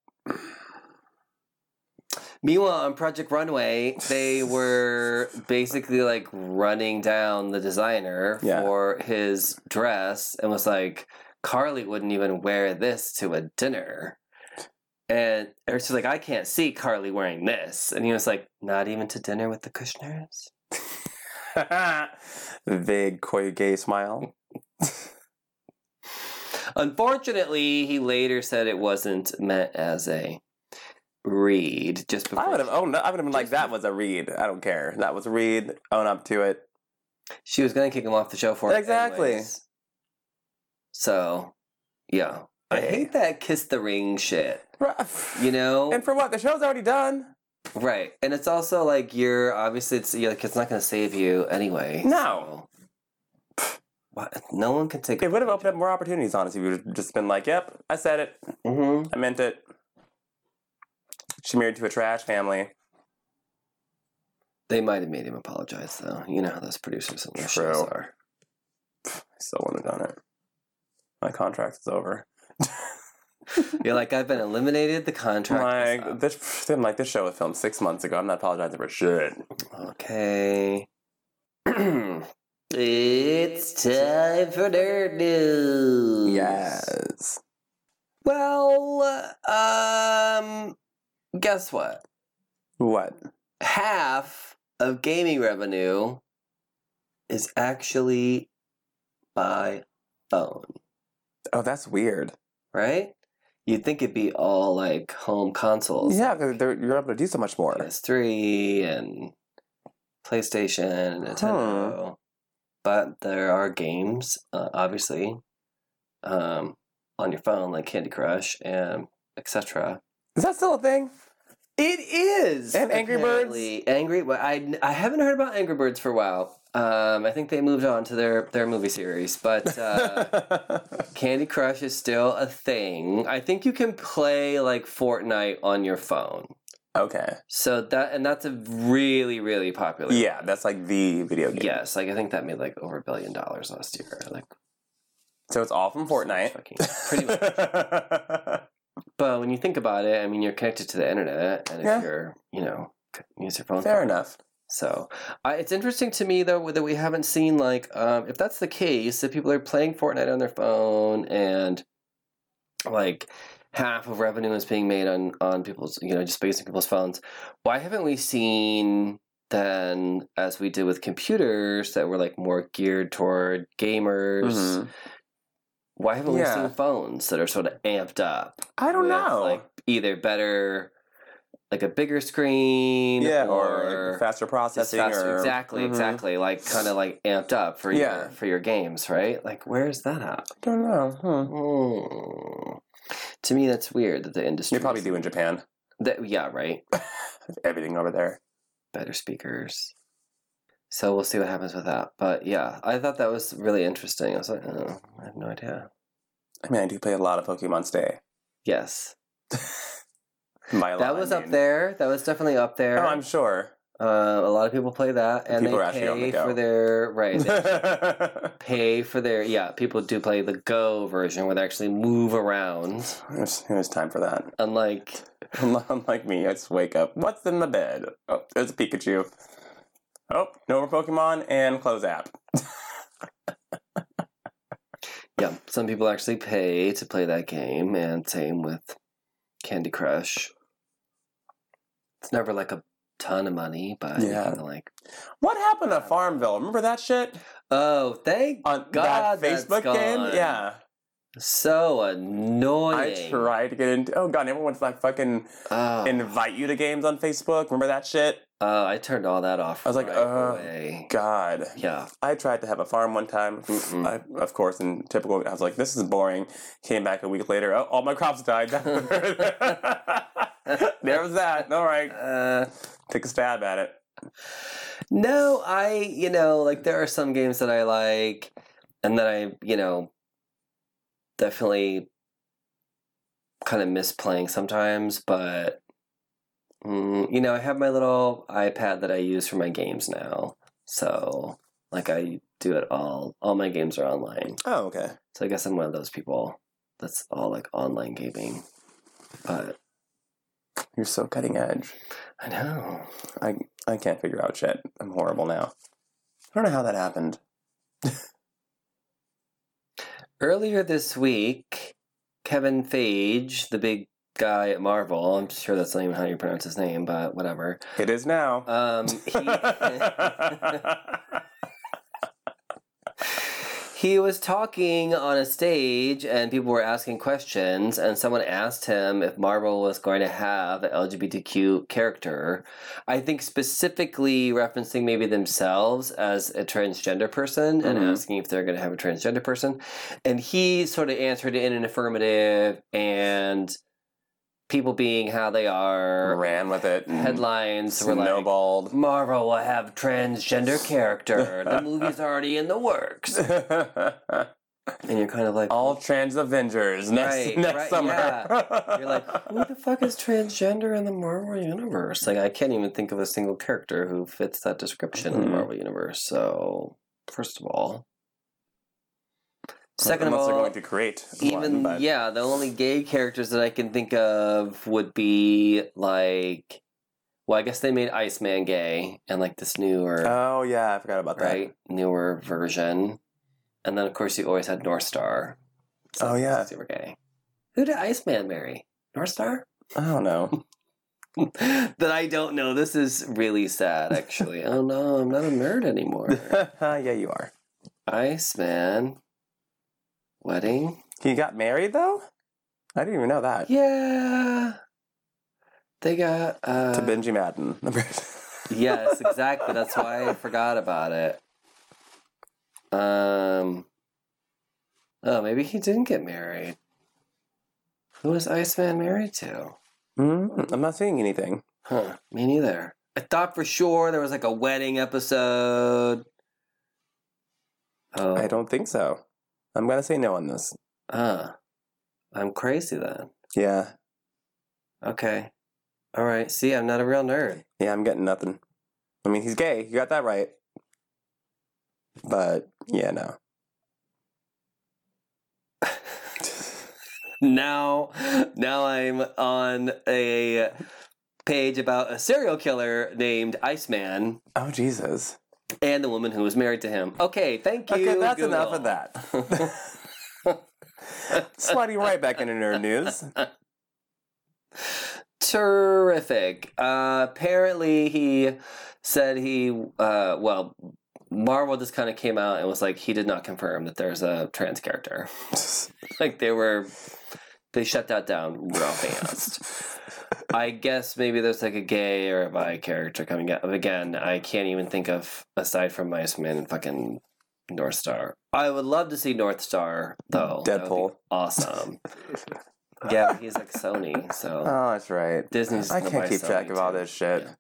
B: Meanwhile, on Project Runway, they were basically like running down the designer
A: Yeah.
B: for his dress and was like, Carly wouldn't even wear this to a dinner. And or she's like, I can't see Carly wearing this. And he was like, Not even to dinner with the Kushners?
A: vague, coy, gay smile.
B: Unfortunately, he later said it wasn't meant as a read. Just before
A: I would have owned. I would have been like, that was a read. I don't care. That was a read. Own up to it.
B: she was going to kick him off the show for it
A: Exactly.
B: anyways. So, yeah, I
A: Hey.
B: hate that kiss the ring shit.
A: Rough.
B: You know,
A: And for what? The show's already done.
B: right? And it's also like you're obviously it's you're like it's not going to save you anyway.
A: No.
B: so. What? No one can take
A: It would have opened up more opportunities, honestly. We would have just been like, yep, I said it.
B: hmm
A: I meant it. She married to a trash family.
B: They might have made him apologize though. You know how those producers and their shows
A: True.
B: are.
A: I still wouldn't have done it. My contract is over.
B: You're like I've been eliminated. The contract. is
A: Like
B: up."
A: this, I'm like this show was filmed six months ago. I'm not apologizing for shit.
B: Okay. it's time for nerd news.
A: Yes.
B: Well, um, guess what?
A: What?
B: Half of gaming revenue is actually by phone,
A: Oh, that's weird.
B: right? You'd think it'd be all like home consoles,
A: Yeah, they're, they're, you're able to do so much more.
B: PS3 and PlayStation and Nintendo. But there are games, uh, obviously, um, on your phone like Candy Crush and etc.
A: Is that still a thing?
B: It is.
A: And Angry
B: apparently. Angry. Well, I I haven't heard about Angry Birds for a while. Um, I think they moved on to their their movie series, but uh, Candy Crush is still a thing. I think you can play like Fortnite on your phone.
A: okay.
B: So that and that's a really really popular.
A: Yeah, that's like the video game.
B: Yes, like I think that made like over a billion dollars last year. Like
A: So it's all from Fortnite.
B: fucking- pretty much. But when you think about it, I mean, you're connected to the internet, and if
A: Yeah.
B: you're, you know, c- use your phone.
A: Fair
B: for it.
A: enough.
B: So I, it's interesting to me though that we haven't seen like um, if that's the case that people are playing Fortnite on their phone and like half of revenue is being made on on people's you know just based on people's phones. Why haven't we seen then as we did with computers that were like more geared toward gamers?
A: Mhm.
B: Why haven't
A: Yeah.
B: we seen phones that are sort of amped up?
A: I don't
B: with,
A: know.
B: Like either better, like a bigger screen,
A: yeah, or, like, faster
B: just
A: processing.
B: faster.
A: or,
B: exactly,
A: Mhm.
B: exactly. Like kind of like amped up for
A: Yeah.
B: your for your games, right? Like where is that at?
A: I don't know. Hmm.
B: Hmm. To me, that's weird that the industry.
A: They probably do in Japan.
B: That, yeah, right.
A: Everything over there.
B: Better speakers. So we'll see what happens with that. But yeah, I thought that was really interesting. I was like, oh, I have no idea.
A: I mean, I do play a lot of Pokemon Stay.
B: Yes,
A: By a lot,
B: that
A: I
B: was up
A: mean-
B: there. That was definitely up there.
A: Oh, I'm sure.
B: Uh, a lot of people play that, and
A: People are
B: they
A: actually on the
B: pay
A: go.
B: for their right. they
A: It's-
B: pay for their yeah. People do play the Go version where they actually move around.
A: it was time for that.
B: Unlike
A: Unlike me, I just wake up. What's in the bed? Oh, there's a Pikachu. Oh, no more Pokemon and close app.
B: yeah, some people actually pay to play that game, and same with Candy Crush. It's never like a ton of money, but you
A: Yeah.
B: kind of like
A: What happened to Farmville? Remember that shit
B: oh, thank
A: on
B: God,
A: that
B: that's
A: Facebook
B: gone.
A: game? Yeah,
B: so
A: I
B: annoying.
A: tried to get into. Oh God, everyone's like fucking
B: Oh,
A: invite you to games on Facebook. Remember that shit?
B: oh, I turned all that off.
A: I was like,
B: right
A: oh.
B: away.
A: God,
B: yeah,
A: I tried to have a farm one time.
B: Mm-mm.
A: I, of course, in typical, I was like, "This is boring." Came back a week later. Oh, all my crops died. there was that. All right,
B: uh,
A: take a stab at it.
B: No, I, you know, like there are some games that I like and that I, you know, definitely kind of miss playing sometimes, but mm, you know, I have my little iPad that I use for my games now. So, like I do it all. All my games are online.
A: Oh, okay.
B: So I guess I'm one of those people that's all like online gaming. But
A: You're so cutting edge.
B: I know.
A: I I can't figure out shit. I'm horrible now. I don't know how that happened.
B: Earlier this week, Kevin Feige, the big guy at Marvel, I'm sure that's not even how you pronounce his name, but whatever.
A: It is now.
B: uh, Um, he, He was talking on a stage and people were asking questions, and someone asked him if Marvel was going to have an LGBTQ character. I think specifically referencing maybe themselves as a transgender person and
A: Mhm.
B: asking if they're going to have a transgender person. And he sort of answered in an affirmative and people being how they are.
A: Ran with it. and
B: Headlines were like,
A: Snowballed.
B: Marvel will have transgender character. The movie's already in the works. And you're kind of like,
A: All trans Avengers next
B: Right,
A: next
B: right,
A: summer.
B: yeah. you're like, who the fuck is transgender in the Marvel universe? Like, I can't even think of a single character who fits that description in
A: Mhm.
B: the Marvel universe. So, first of all, second of
A: Unless they're
B: all,
A: going to create
B: even
A: one, but
B: yeah, the only gay characters that I can think of would be like, well, I guess they made Iceman gay and like this newer
A: Oh yeah, I forgot about that.
B: right? Newer version. And then, of course, you always had North Star.
A: Oh, yeah.
B: Super gay. Who did Iceman marry? North Star?
A: I don't know.
B: that I don't know. This is really sad, actually. oh, no, I'm not a nerd anymore.
A: yeah, you are.
B: Iceman. Wedding?
A: He got married though? I didn't even know that.
B: Yeah. They got. Uh,
A: To Benji Madden.
B: yes, exactly. That's why I forgot about it. Um. Oh, maybe he didn't get married. Who was Iceman married to?
A: Mm, I'm not seeing anything.
B: Huh. Me neither. I thought for sure there was like a wedding episode. Oh.
A: I don't think so. I'm gonna say no on this.
B: Ah. I'm crazy then.
A: Yeah.
B: Okay. All right. See, I'm not a real nerd.
A: Yeah, I'm getting nothing. I mean he's gay, you got that right. But yeah, no.
B: now now i'm on a page about a serial killer named iceman
A: Oh Jesus.
B: and the woman who was married to him okay thank you
A: Okay, that's
B: Google.
A: enough of that. Sliding right back into nerd news.
B: Oh. terrific uh, apparently he said he uh, well marvel just kind of came out and was like he did not confirm that there's a trans character like they were they shut that down real fast I guess maybe there's like a gay or a bi character coming up. Again, I can't even think of aside from Ice Man and fucking North Star. I would love to see North Star though. That would be
A: Deadpool.
B: awesome. yeah, but he's like Sony, so
A: Oh, that's right.
B: Disney's.
A: I
B: gonna
A: can't
B: buy
A: keep
B: Sony,
A: track of all
B: too.
A: this shit.
B: Yeah.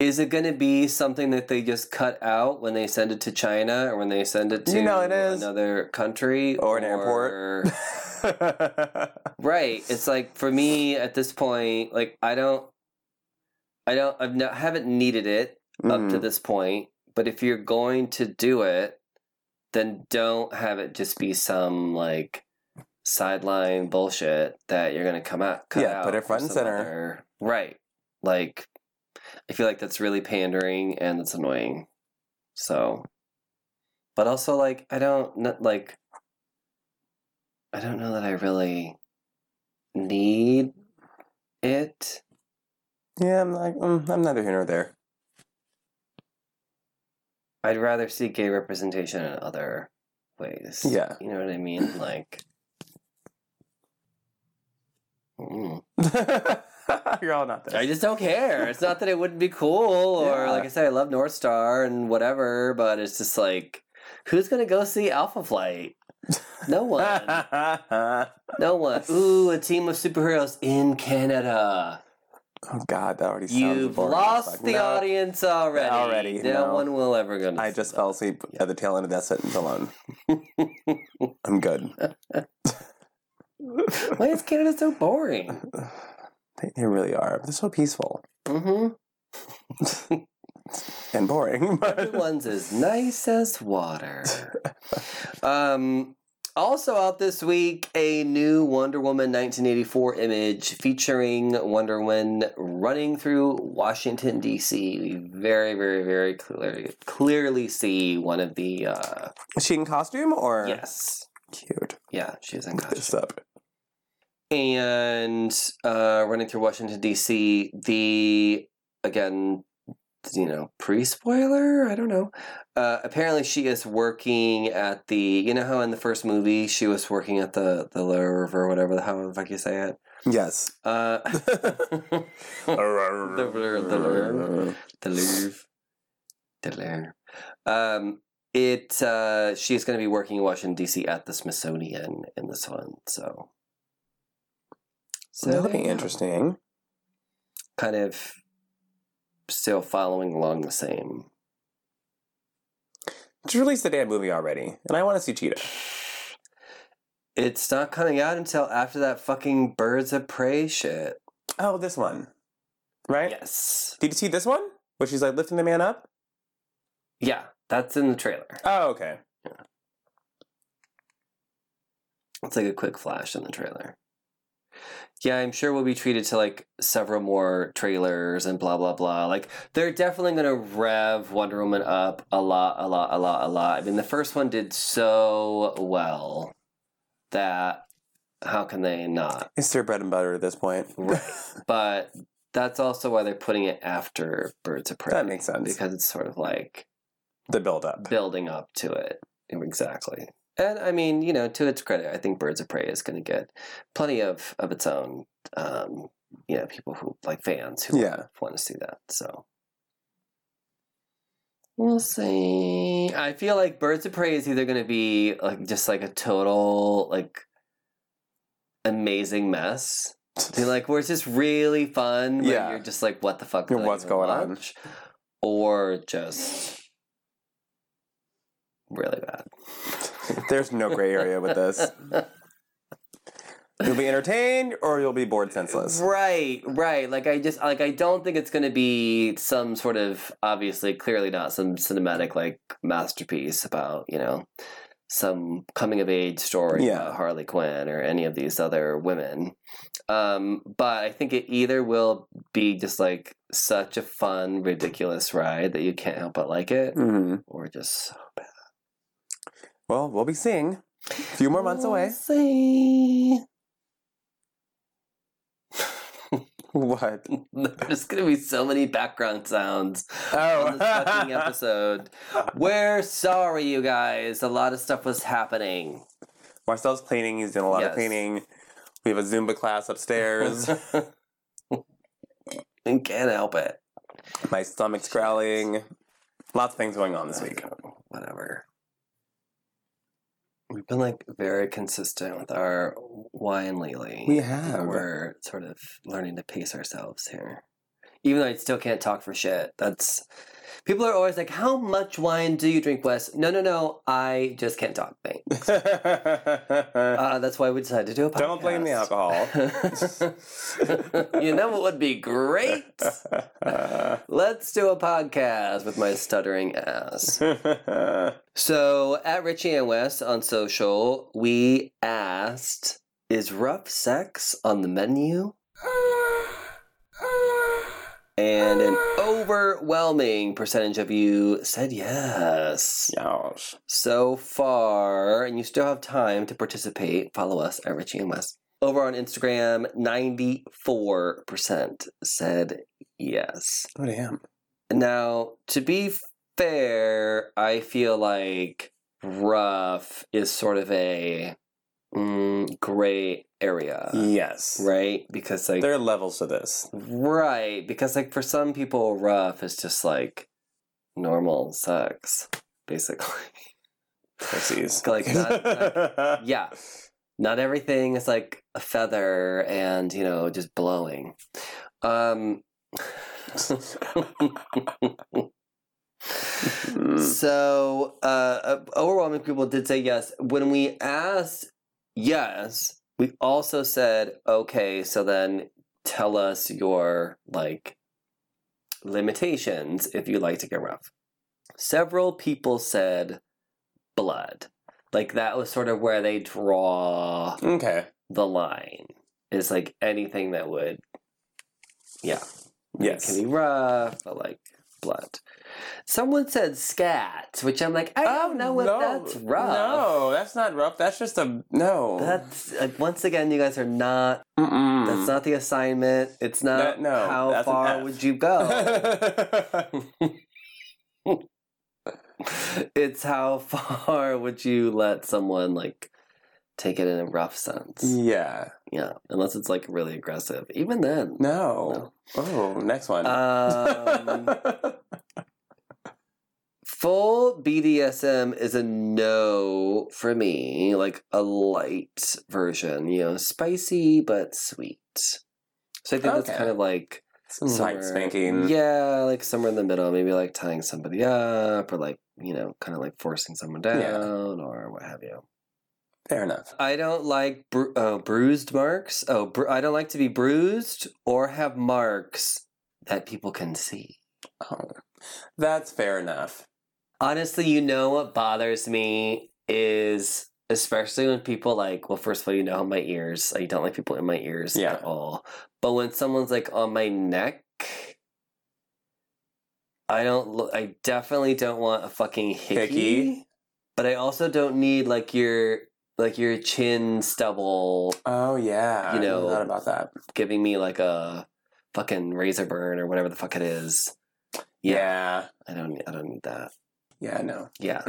B: Is it going to be something that they just cut out when they send it to China or when they send it to
A: You know it is.
B: another country
A: Or an airport.
B: Right. It's like for me at this point, like I don't, I don't, I've no, haven't needed it up to
A: Mhm.
B: this point. But if you're going to do it, then don't have it just be some like sideline bullshit that you're gonna come out. Cut
A: Yeah, put
B: out
A: it
B: for
A: front and
B: some
A: center.
B: other- right. Like, I feel like that's really pandering and it's annoying. So, but also like I don't not, like I don't know that I really need it.
A: yeah, I'm like, mm, I'm neither here nor there.
B: I'd rather see gay representation in other ways.
A: Yeah.
B: You know what I mean? Like mm.
A: You're all not there.
B: I just don't care. It's not that it wouldn't be cool or
A: Yeah.
B: like I said I love North Star and whatever, but it's just like who's going to go see Alpha Flight? No one. no one. Ooh, a team of superheroes in Canada.
A: oh God, that already sounds.
B: You've
A: boring as
B: lost
A: fuck.
B: the
A: No,
B: audience already.
A: Already,
B: No,
A: no.
B: one will ever go. To
A: I
B: see
A: just
B: that.
A: fell asleep at the tail end of that sentence alone. I'm good.
B: Why is Canada so boring?
A: They, they really are. They're so peaceful
B: Mm-hmm.
A: and boring. but-
B: Everyone's as nice as water. Um. Also out this week, a new Wonder Woman 1984 image featuring Wonder Woman running through Washington D.C. We very, very, very clearly clearly see one of the uh,
A: Is she in costume or?
B: yes,
A: Cute.
B: yeah, she's in costume.
A: This up.
B: and uh, running through Washington D.C. The again, you know, pre spoiler? I don't know. Uh, apparently, she is working at the, you know, how in the first movie she was working at the, the Lower River, or whatever the, how the fuck you say it?
A: Yes.
B: Uh, the,
A: the,
B: the Louvre. The Louvre. Um, it, uh, she's going to be working in Washington, D.C. at the Smithsonian in this one, so. So
A: That'll
B: there
A: be
B: you go.
A: interesting.
B: Kind of still following along the same
A: Just release the damn movie already, and I want to see Cheetah.
B: It's not coming out until after that fucking Birds of Prey shit.
A: Oh, this one, right?
B: Yes.
A: Did you see this one? Where she's like lifting the man up?
B: Yeah, that's in the trailer.
A: Oh, okay.
B: It's like a quick flash in the trailer. Yeah, I'm sure we'll be treated to like several more trailers and blah blah blah. Like they're definitely gonna rev Wonder Woman up a lot, a lot, a lot, a lot. I mean, the first one did so well that how can they not?
A: It's their bread and butter at this point.
B: Right. But that's also why they're putting it after Birds of Prey.
A: That makes sense.
B: because it's sort of like
A: the build up.
B: building up to it. Exactly. And I mean, you know, to its credit, I think Birds of Prey is going to get plenty of of its own, um, you know, people who like fans who
A: Yeah.
B: want to see that. So we'll see. I feel like Birds of Prey is either going to be like just like a total like amazing mess. Be like, where it's just really fun, but
A: Yeah.
B: you're just like, what the fuck?
A: Yeah,
B: did I
A: what's
B: even
A: going on?
B: watch? Or just really bad.
A: There's no gray area with this. You'll be entertained or you'll be bored senseless.
B: Right, right. Like I just like I don't think it's gonna be some sort of obviously clearly not some cinematic like masterpiece about, you know, some coming of age story
A: Yeah.
B: about Harley Quinn or any of these other women. Um, but I think it either will be just like such a fun, ridiculous ride that you can't help but like it,
A: hmm
B: or just
A: Well, we'll be seeing. A few more months away.
B: See.
A: What?
B: There's gonna be so many background sounds on this fucking
A: Oh.
B: episode. We're sorry, you guys. A lot of stuff was happening.
A: Marcel's cleaning. He's doing a lot
B: Yes.
A: of cleaning. We have a Zumba class upstairs.
B: and can't help it.
A: My stomach's growling. Lots of things going on this week.
B: oh, Whatever. We've been like very consistent with our wine lately.
A: We have.
B: We're sort of learning to pace ourselves here. Even though I still can't talk for shit. That's people are always like, How much wine do you drink, Wes? No, no, no. I just can't talk. Thanks. Uh, that's why we decided to do a podcast.
A: Don't blame the
B: alcohol. you know what would be great? Let's do a podcast with my stuttering ass. So at Richie and West on social, we asked, "Is rough sex on the menu?" And an overwhelming percentage of you said yes.
A: Yosh.
B: so far, and you still have time to participate. Follow us at Richie and West. Over on Instagram, 94% said yes.
A: Oh, damn.
B: Now, to be fair, I feel like rough is sort of a mm, gray area,
A: Yes.
B: Uh, right? Because, like,
A: There are levels to this.
B: right, because, like, for some people, rough is just like normal sex, basically.
A: Pussies.
B: Like, not- Yeah. Not everything is like a feather and, you know, just blowing. Um
A: Mm.
B: so uh, uh overwhelming people did say yes. When we asked yes, we also said, okay, so then tell us your like limitations if you like to get rough. Several people said blood. Like that was sort of where they draw
A: Okay.
B: the line is like anything that would yeah
A: Yes.
B: can be rough but like blood Someone said scat, which I'm like, I don't know if that's rough.
A: Oh, No, that's not rough. That's just a no.
B: That's like once again, you guys are not.
A: Mm-mm.
B: That's not the assignment. It's not.
A: That- no,
B: how
A: that's an
B: far
A: F.
B: would you go? it's how far would you let someone like take it in a rough sense?
A: yeah.
B: Yeah, unless it's like really aggressive. Even then.
A: No. Oh, next one.
B: Um, full BDSM is a no for me. Like a light version, you know, spicy but sweet. So I think that's
A: Okay.
B: kind of like
A: Some light
B: somewhere-
A: spanking.
B: Yeah, like somewhere in the middle, maybe like tying somebody up or like, you know, kind of like forcing someone down
A: Yeah.
B: or what have you.
A: Fair enough.
B: I don't like bru- oh, bruised marks. Oh, bru I don't like to be bruised or have marks that people can see.
A: Oh, that's fair enough.
B: Honestly, you know what bothers me is especially when people like, well, first of all, you know my ears. I don't like people in my ears
A: Yeah.
B: at all. But when someone's like on my neck, I don't. lo- I definitely don't want a fucking hickey.
A: Hickey?
B: But I also don't need like your like your chin stubble
A: Oh yeah.
B: You know-
A: I thought about that.
B: giving me like a fucking razor burn or whatever the fuck it is.
A: Yeah.
B: I don't. I don't need that.
A: Yeah, no.
B: Yeah.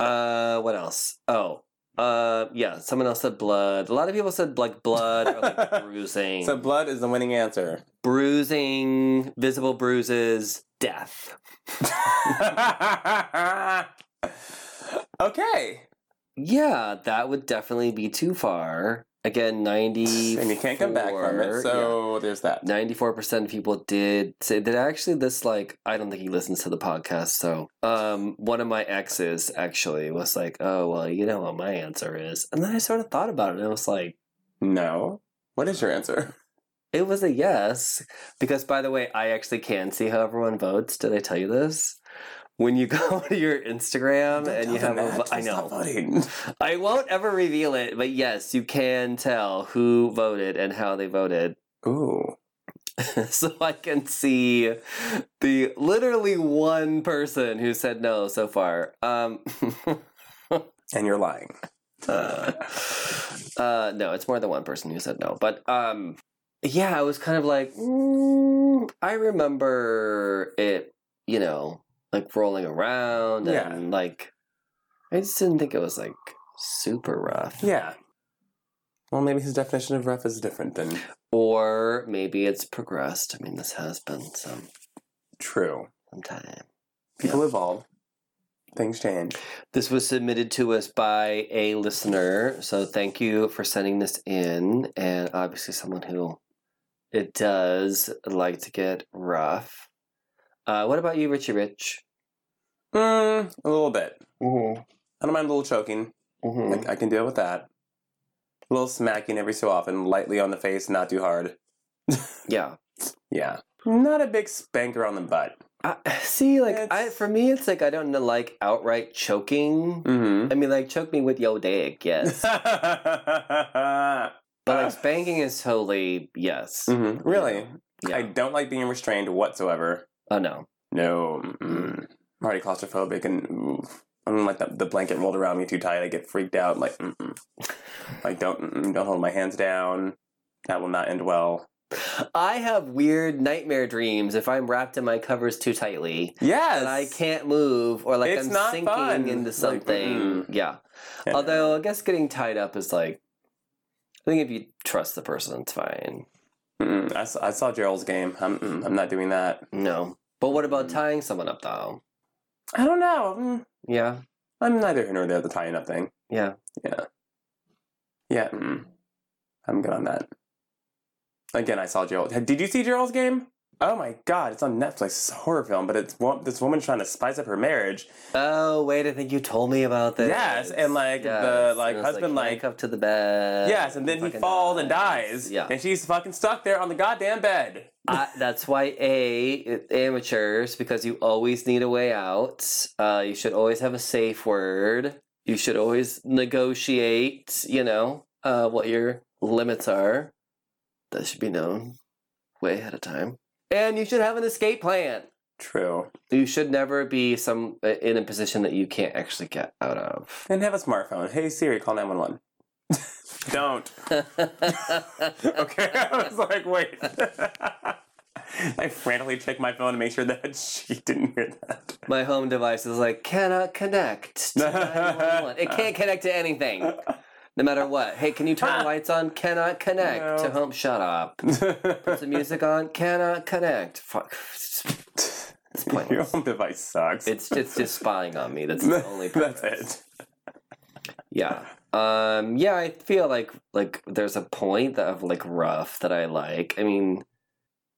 B: Uh, what else? Oh, uh, yeah. Someone else said blood. A lot of people said like blood or like bruising,
A: so blood is the winning answer.
B: bruising, visible bruises, death.
A: okay.
B: Yeah, that would definitely be too far. Again, ninety,
A: And you can't come back from it. So there's that.
B: Ninety-four percent of people did say that. Actually, this like I don't think he listens to the podcast. So, um, one of my exes actually was like, "Oh well, you know what my answer is," and then I sort of thought about it and I was like,
A: No. What is your answer?
B: It was a yes because, by the way, I actually can see how everyone votes. Did I tell you this? When you go to your Instagram
A: Don't
B: and you
A: tell
B: have
A: them
B: a, vo-
A: that.
B: I
A: Stop
B: know
A: voting.
B: I won't ever reveal it, but yes, you can tell who voted and how they voted,
A: Ooh.
B: so I can see the literally one person who said no so far. Um,
A: And you're lying.
B: uh, uh, no, it's more than one person who said no. But um, yeah, I was kind of like, mm, I remember it, you know, like rolling around
A: Yeah.
B: and like, I just didn't think it was like super rough.
A: Yeah. Well, maybe his definition of rough is different than
B: Or maybe it's progressed. I mean, this has been some
A: true.
B: some time.
A: People evolve. Things change.
B: This was submitted to us by a listener, so thank you for sending this in. And obviously, someone who it does like to get rough. Uh, what about you, Richie Rich?
A: Mm, a little bit.
B: Mm-hmm.
A: I don't mind a little choking.
B: Mm-hmm.
A: Like I can deal with that. A little smacking every so often, lightly on the face, not too hard.
B: Yeah.
A: Yeah. Not a big spanker on the butt.
B: I, see, like I,
A: It's-
B: for me, it's like I don't like outright choking.
A: Mm-hmm.
B: I mean, like choke me with yo dick, yes. but like spanking is totally yes.
A: Mhm. Really?
B: Mm-hmm. Yeah.
A: I don't like being restrained whatsoever.
B: oh no.
A: No. Mm-mm. I'm already claustrophobic and oof. I don't like the, the blanket rolled around me too tight. I get freaked out. Like, mm-mm. like don't mm-mm, don't hold my hands down. That will not end well.
B: I have weird nightmare dreams if I'm wrapped in my covers too tightly.
A: Yes.
B: and I can't move or like
A: It's
B: I'm
A: not
B: sinking
A: fun.
B: into
A: Like,
B: something.
A: mm-mm.
B: yeah. Although I guess getting tied up is like I think if you trust the person it's fine.
A: Mm-mm. I, saw, I saw Gerald's game. I'm mm, I'm not doing that.
B: No. But what about
A: Mm.
B: tying someone up though?
A: I don't know. Mm,
B: Yeah.
A: I'm neither here nor there. The tying up thing.
B: Yeah.
A: Yeah. Mm, I'm good on that. Again, I saw Gerald. Did you see Gerald's game? Oh my God! It's on Netflix. It's a horror film, but it's wo- this woman's trying to spice up her marriage.
B: Oh wait, I think you told me about this.
A: Yes, and, like, the, like,
B: it was,
A: husband, like-
B: up to the bed.
A: yes, and then he
B: Uh, fucking
A: falls and dies.
B: Yeah.
A: And she's fucking stuck there on the goddamn bed.
B: I, that's why a it- amateurs because you always need a way out. Uh, you should always have a safe word. You should always negotiate. You know uh, what your limits are. That should be known way ahead of time, and you should have an escape plan.
A: True.
B: You should never be some uh, in a position that you can't actually get out of.
A: And have a smartphone. Hey Siri, call 911. Don't. Okay. I was like, wait. I frantically checked my phone to make sure that she didn't hear that.
B: My home device is like cannot connect. To 911. it can't connect to anything. No matter what. Hey, can you turn the lights on? Cannot connect
A: No.
B: to home. Shut up. Put some music on. Cannot connect. Fuck. It's
A: Your
B: pointless.
A: home device sucks.
B: It's it's just spying on me. That's the only
A: That's
B: purpose.
A: it.
B: Yeah. Um yeah, I feel like like there's a point that of like rough that I like. I mean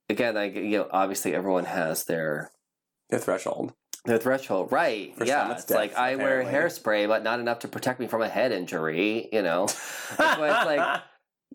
B: again, I you know, obviously everyone has their
A: The threshold.
B: their threshold. Right.
A: For
B: yeah.
A: some, it's
B: It's like
A: death,
B: I wear
A: apparently.
B: hairspray but not enough to protect me from a head injury, you know. That's why it's like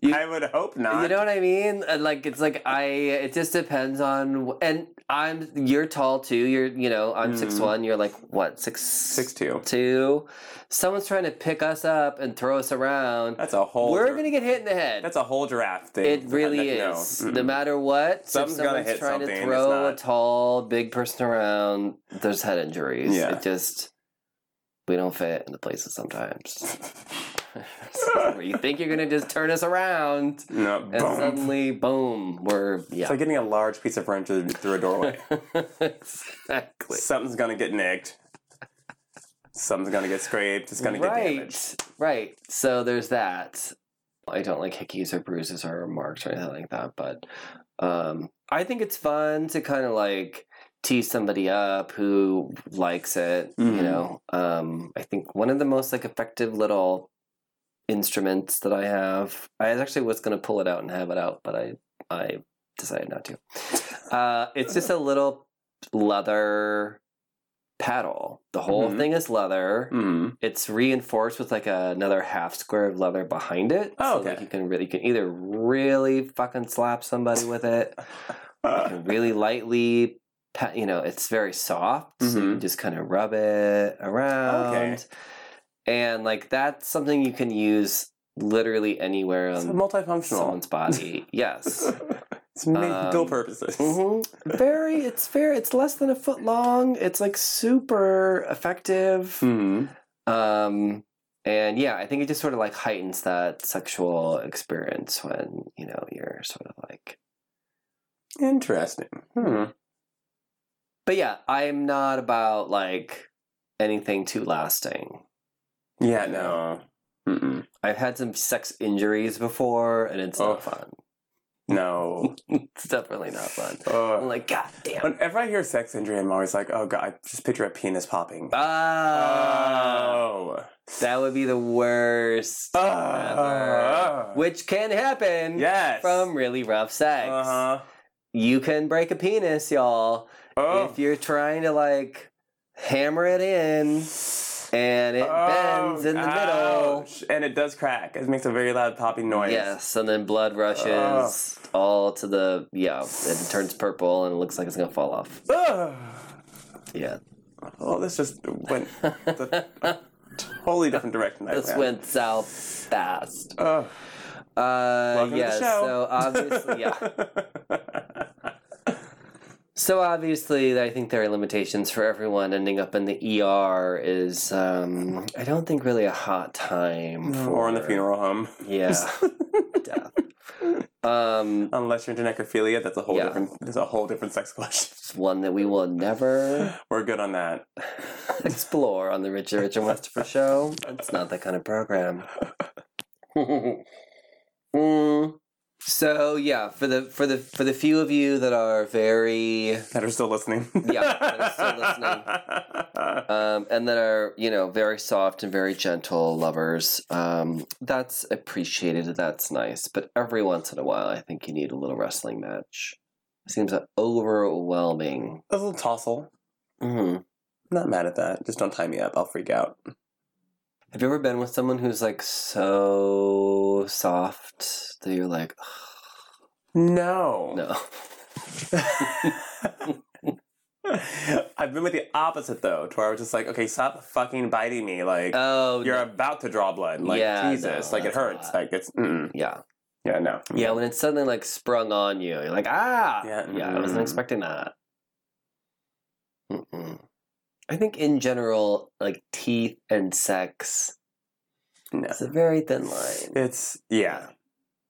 B: you-
A: I would hope not.
B: you know what I mean? And, Like it's like I. It just depends on. wh- And I'm. You're tall too. You're. You know. I'm
A: Mhm.
B: six one. You're like what six
A: Six two.
B: two. Someone's trying to pick us up and throw us around.
A: That's a whole.
B: We're
A: gir-
B: gonna get hit in the head.
A: That's a whole giraffe thing.
B: it really
A: No.
B: is.
A: Mm-mm.
B: No matter what, if
A: Something's gonna hit
B: trying
A: something,
B: to
A: it's
B: throw a
A: not-
B: tall, big person around, there's head injuries.
A: Yeah.
B: It just we don't fit into places sometimes. Where you think you're gonna just turn us around,
A: No.
B: and
A: Boom.
B: suddenly, boom, we're
A: It's
B: yeah,
A: like getting a large piece of furniture through a doorway.
B: exactly.
A: Something's gonna get nicked. Something's gonna get scraped. It's gonna get damaged.
B: right, right. So there's that. I don't like hickeys or bruises or marks or anything like that, but um, I think it's fun to kind of like tease somebody up who likes it.
A: Mhm.
B: You know, um, I think one of the most like effective little instruments that I have. I actually was going to pull it out and have it out, but I I decided not to. Uh, it's just a little leather paddle. The whole
A: Mhm.
B: thing is leather
A: Mm.
B: it's reinforced with like another half square of leather behind it.
A: Oh,
B: so like
A: okay.
B: you can really you can either really fucking slap somebody with it, you
A: Uh,
B: can really lightly, pat, you know, it's very soft. So you
A: Mhm.
B: can just kind of rub it around, and like that's something you can use literally anywhere
A: it's
B: on
A: multifunctional.
B: someone's body. yes.
A: it's made for dual
B: Um,
A: purposes.
B: hmm
A: Mm-hmm.
B: Very, it's very, it's less than a foot long. It's like super effective.
A: Mhm.
B: Um, and yeah, I think it just sort of like heightens that sexual experience when you know you're sort of like.
A: Interesting. Hmm.
B: But yeah, I'm not about like anything too lasting.
A: Yeah. No. Mm-mm.
B: I've had some sex injuries before, and it's
A: Oh.
B: not fun.
A: No.
B: it's definitely not fun.
A: Ugh.
B: I'm like, God damn.
A: Whenever I hear sex injury, I'm always like, oh god, I just picture a penis popping.
B: Uh, Ah,
A: Oh.
B: that would be the worst.
A: Ah.
B: Which can happen
A: yes.
B: from really rough sex.
A: Uh-huh.
B: You can break a penis, y'all.
A: Oh.
B: if you're trying to like hammer it in and it bends in the middle
A: Oh, ouch. And it does crack. It makes a very loud popping noise.
B: yes and then blood rushes all to the yeah it turns purple and it looks like it's gonna fall off
A: Ugh.
B: yeah
A: Well, this just went the totally different direction. I
B: this went south fast
A: Ugh.
B: uh
A: Welcome to the
B: yeah
A: show.
B: so obviously yeah So obviously, I think there are limitations for everyone. Ending up in the ER is, um, I don't think, really a hot time. For,
A: or in the funeral home.
B: Yeah. Death. Um,
A: Unless you're into necrophilia, that's a whole
B: Yeah.
A: different. That's a whole different sex question.
B: it's one that we will never
A: We're good on that.
B: explore on the Rich Rich and Westford show. It's not that kind of program. Mm. So yeah, for the for the for the few of you that are very
A: That are still listening.
B: Yeah, that are still
A: listening.
B: um, and that are you know very soft and very gentle lovers, um, that's appreciated. That's nice. But every once in a while, I think you need a little wrestling match. seems overwhelming.
A: A little tossle.
B: Mm-hmm.
A: Not mad at that. Just don't tie me up. I'll freak out.
B: Have you ever been with someone who's like so soft that you're like,
A: No.
B: no?
A: I've been with the opposite though, to where I was just like, okay, stop fucking biting me. Like
B: Oh,
A: you're
B: no.
A: about to draw blood. Like
B: Yeah,
A: Jesus.
B: no,
A: like it
B: that's a
A: hurts.
B: lot.
A: Like it's mm-mm.
B: yeah,
A: yeah no.
B: yeah. When it's suddenly like sprung on you, you're like, ah,
A: Yeah, mm-hmm.
B: I wasn't
A: mm.
B: expecting that. Mm-mm. I think in general, like teeth and sex,
A: No.
B: it's a very thin line.
A: It's yeah,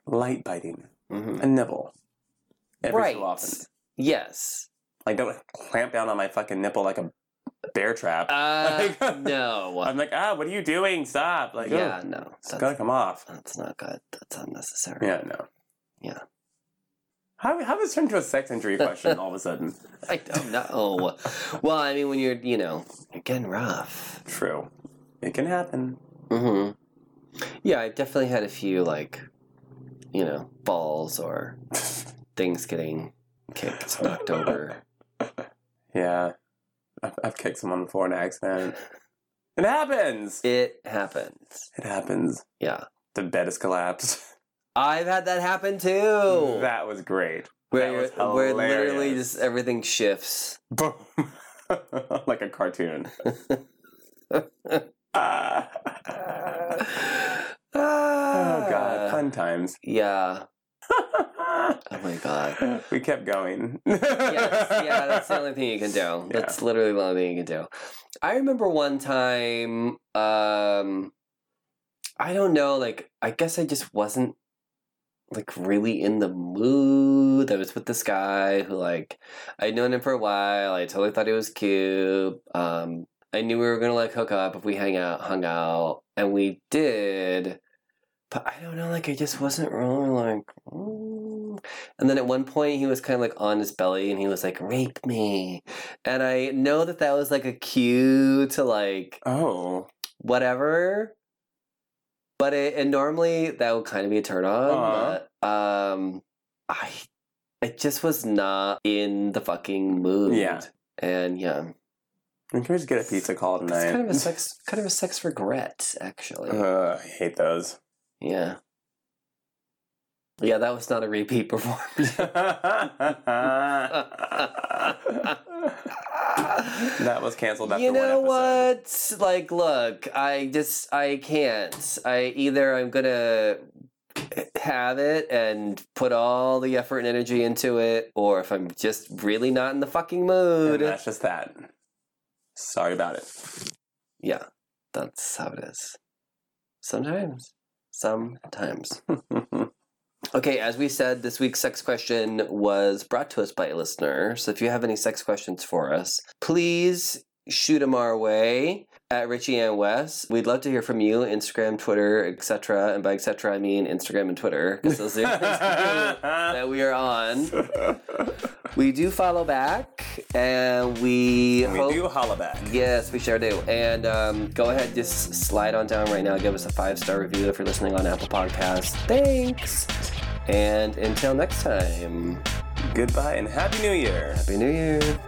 A: light biting,
B: Mhm.
A: a nibble, every
B: right.
A: so often.
B: Yes.
A: Like don't clamp down on my fucking nipple like a bear trap.
B: Uh,
A: Like-
B: no.
A: I'm like, ah, what are you doing? Stop! Like,
B: yeah,
A: yeah,
B: no.
A: it's
B: That's,
A: gotta come off.
B: that's not good. That's unnecessary.
A: Yeah, no.
B: Yeah.
A: How how this turned to a sex injury question all of a sudden?
B: I don't know. well, I mean, when you're, you know, you're getting rough.
A: True, it can happen. Mm-hmm.
B: hmm Yeah, I've definitely had a few, like, you know, balls or things getting kicked, knocked over.
A: Yeah, I've, I've kicked someone before in an accident. It happens.
B: It happens.
A: It happens.
B: Yeah.
A: The bed has collapsed.
B: I've had that happen too.
A: that was great.
B: where,
A: that was
B: where literally
A: hilarious.
B: just everything shifts.
A: Boom. like a cartoon. Ah. oh god, fun times.
B: Ah. Yeah. Oh my god.
A: we kept going.
B: Yes, yeah, that's the only thing you can do. That's literally the only thing you can do. I remember one time, um I don't know, like I guess I just wasn't like really in the mood. I was with this guy who like I'd known him for a while. I totally thought he was cute. Um I knew we were gonna like hook up if we hang out hung out, and we did. But I don't know, like I just wasn't really like mm, and then at one point, he was kind of like on his belly and he was like, rape me. And I know that that was like a cue to like
A: Oh.
B: whatever. But it, and normally that would kind of be a turn on.
A: Uh-huh.
B: But um, I, I just was not in the fucking mood.
A: Yeah.
B: And yeah,
A: Can we just get a pizza call
B: it's
A: tonight?
B: kind of a sex, kind of a sex regret actually.
A: Ugh, I hate those.
B: Yeah. Yeah, that was not a repeat performance.
A: that was canceled after
B: you know
A: one episode.
B: what like look i just i can't i either i'm gonna have it and put all the effort and energy into it or if i'm just really not in the fucking mood
A: And that's just that. Sorry about it.
B: yeah that's how it is sometimes sometimes okay as we said this week's sex question was brought to us by a listener so if you have any sex questions for us please shoot them our way at Richie and Wes. We'd love to hear from you, Instagram, Twitter, etc. And by etc. I mean Instagram and Twitter, 'cause those are the two that we are on. We do follow back, and we,
A: we
B: hope.
A: do holla back.
B: Yes, we sure do. And um, go ahead, just slide on down right now. Give us a five star review if you're listening on Apple Podcasts. Thanks. And until next time,
A: Goodbye and Happy New Year.
B: Happy New Year.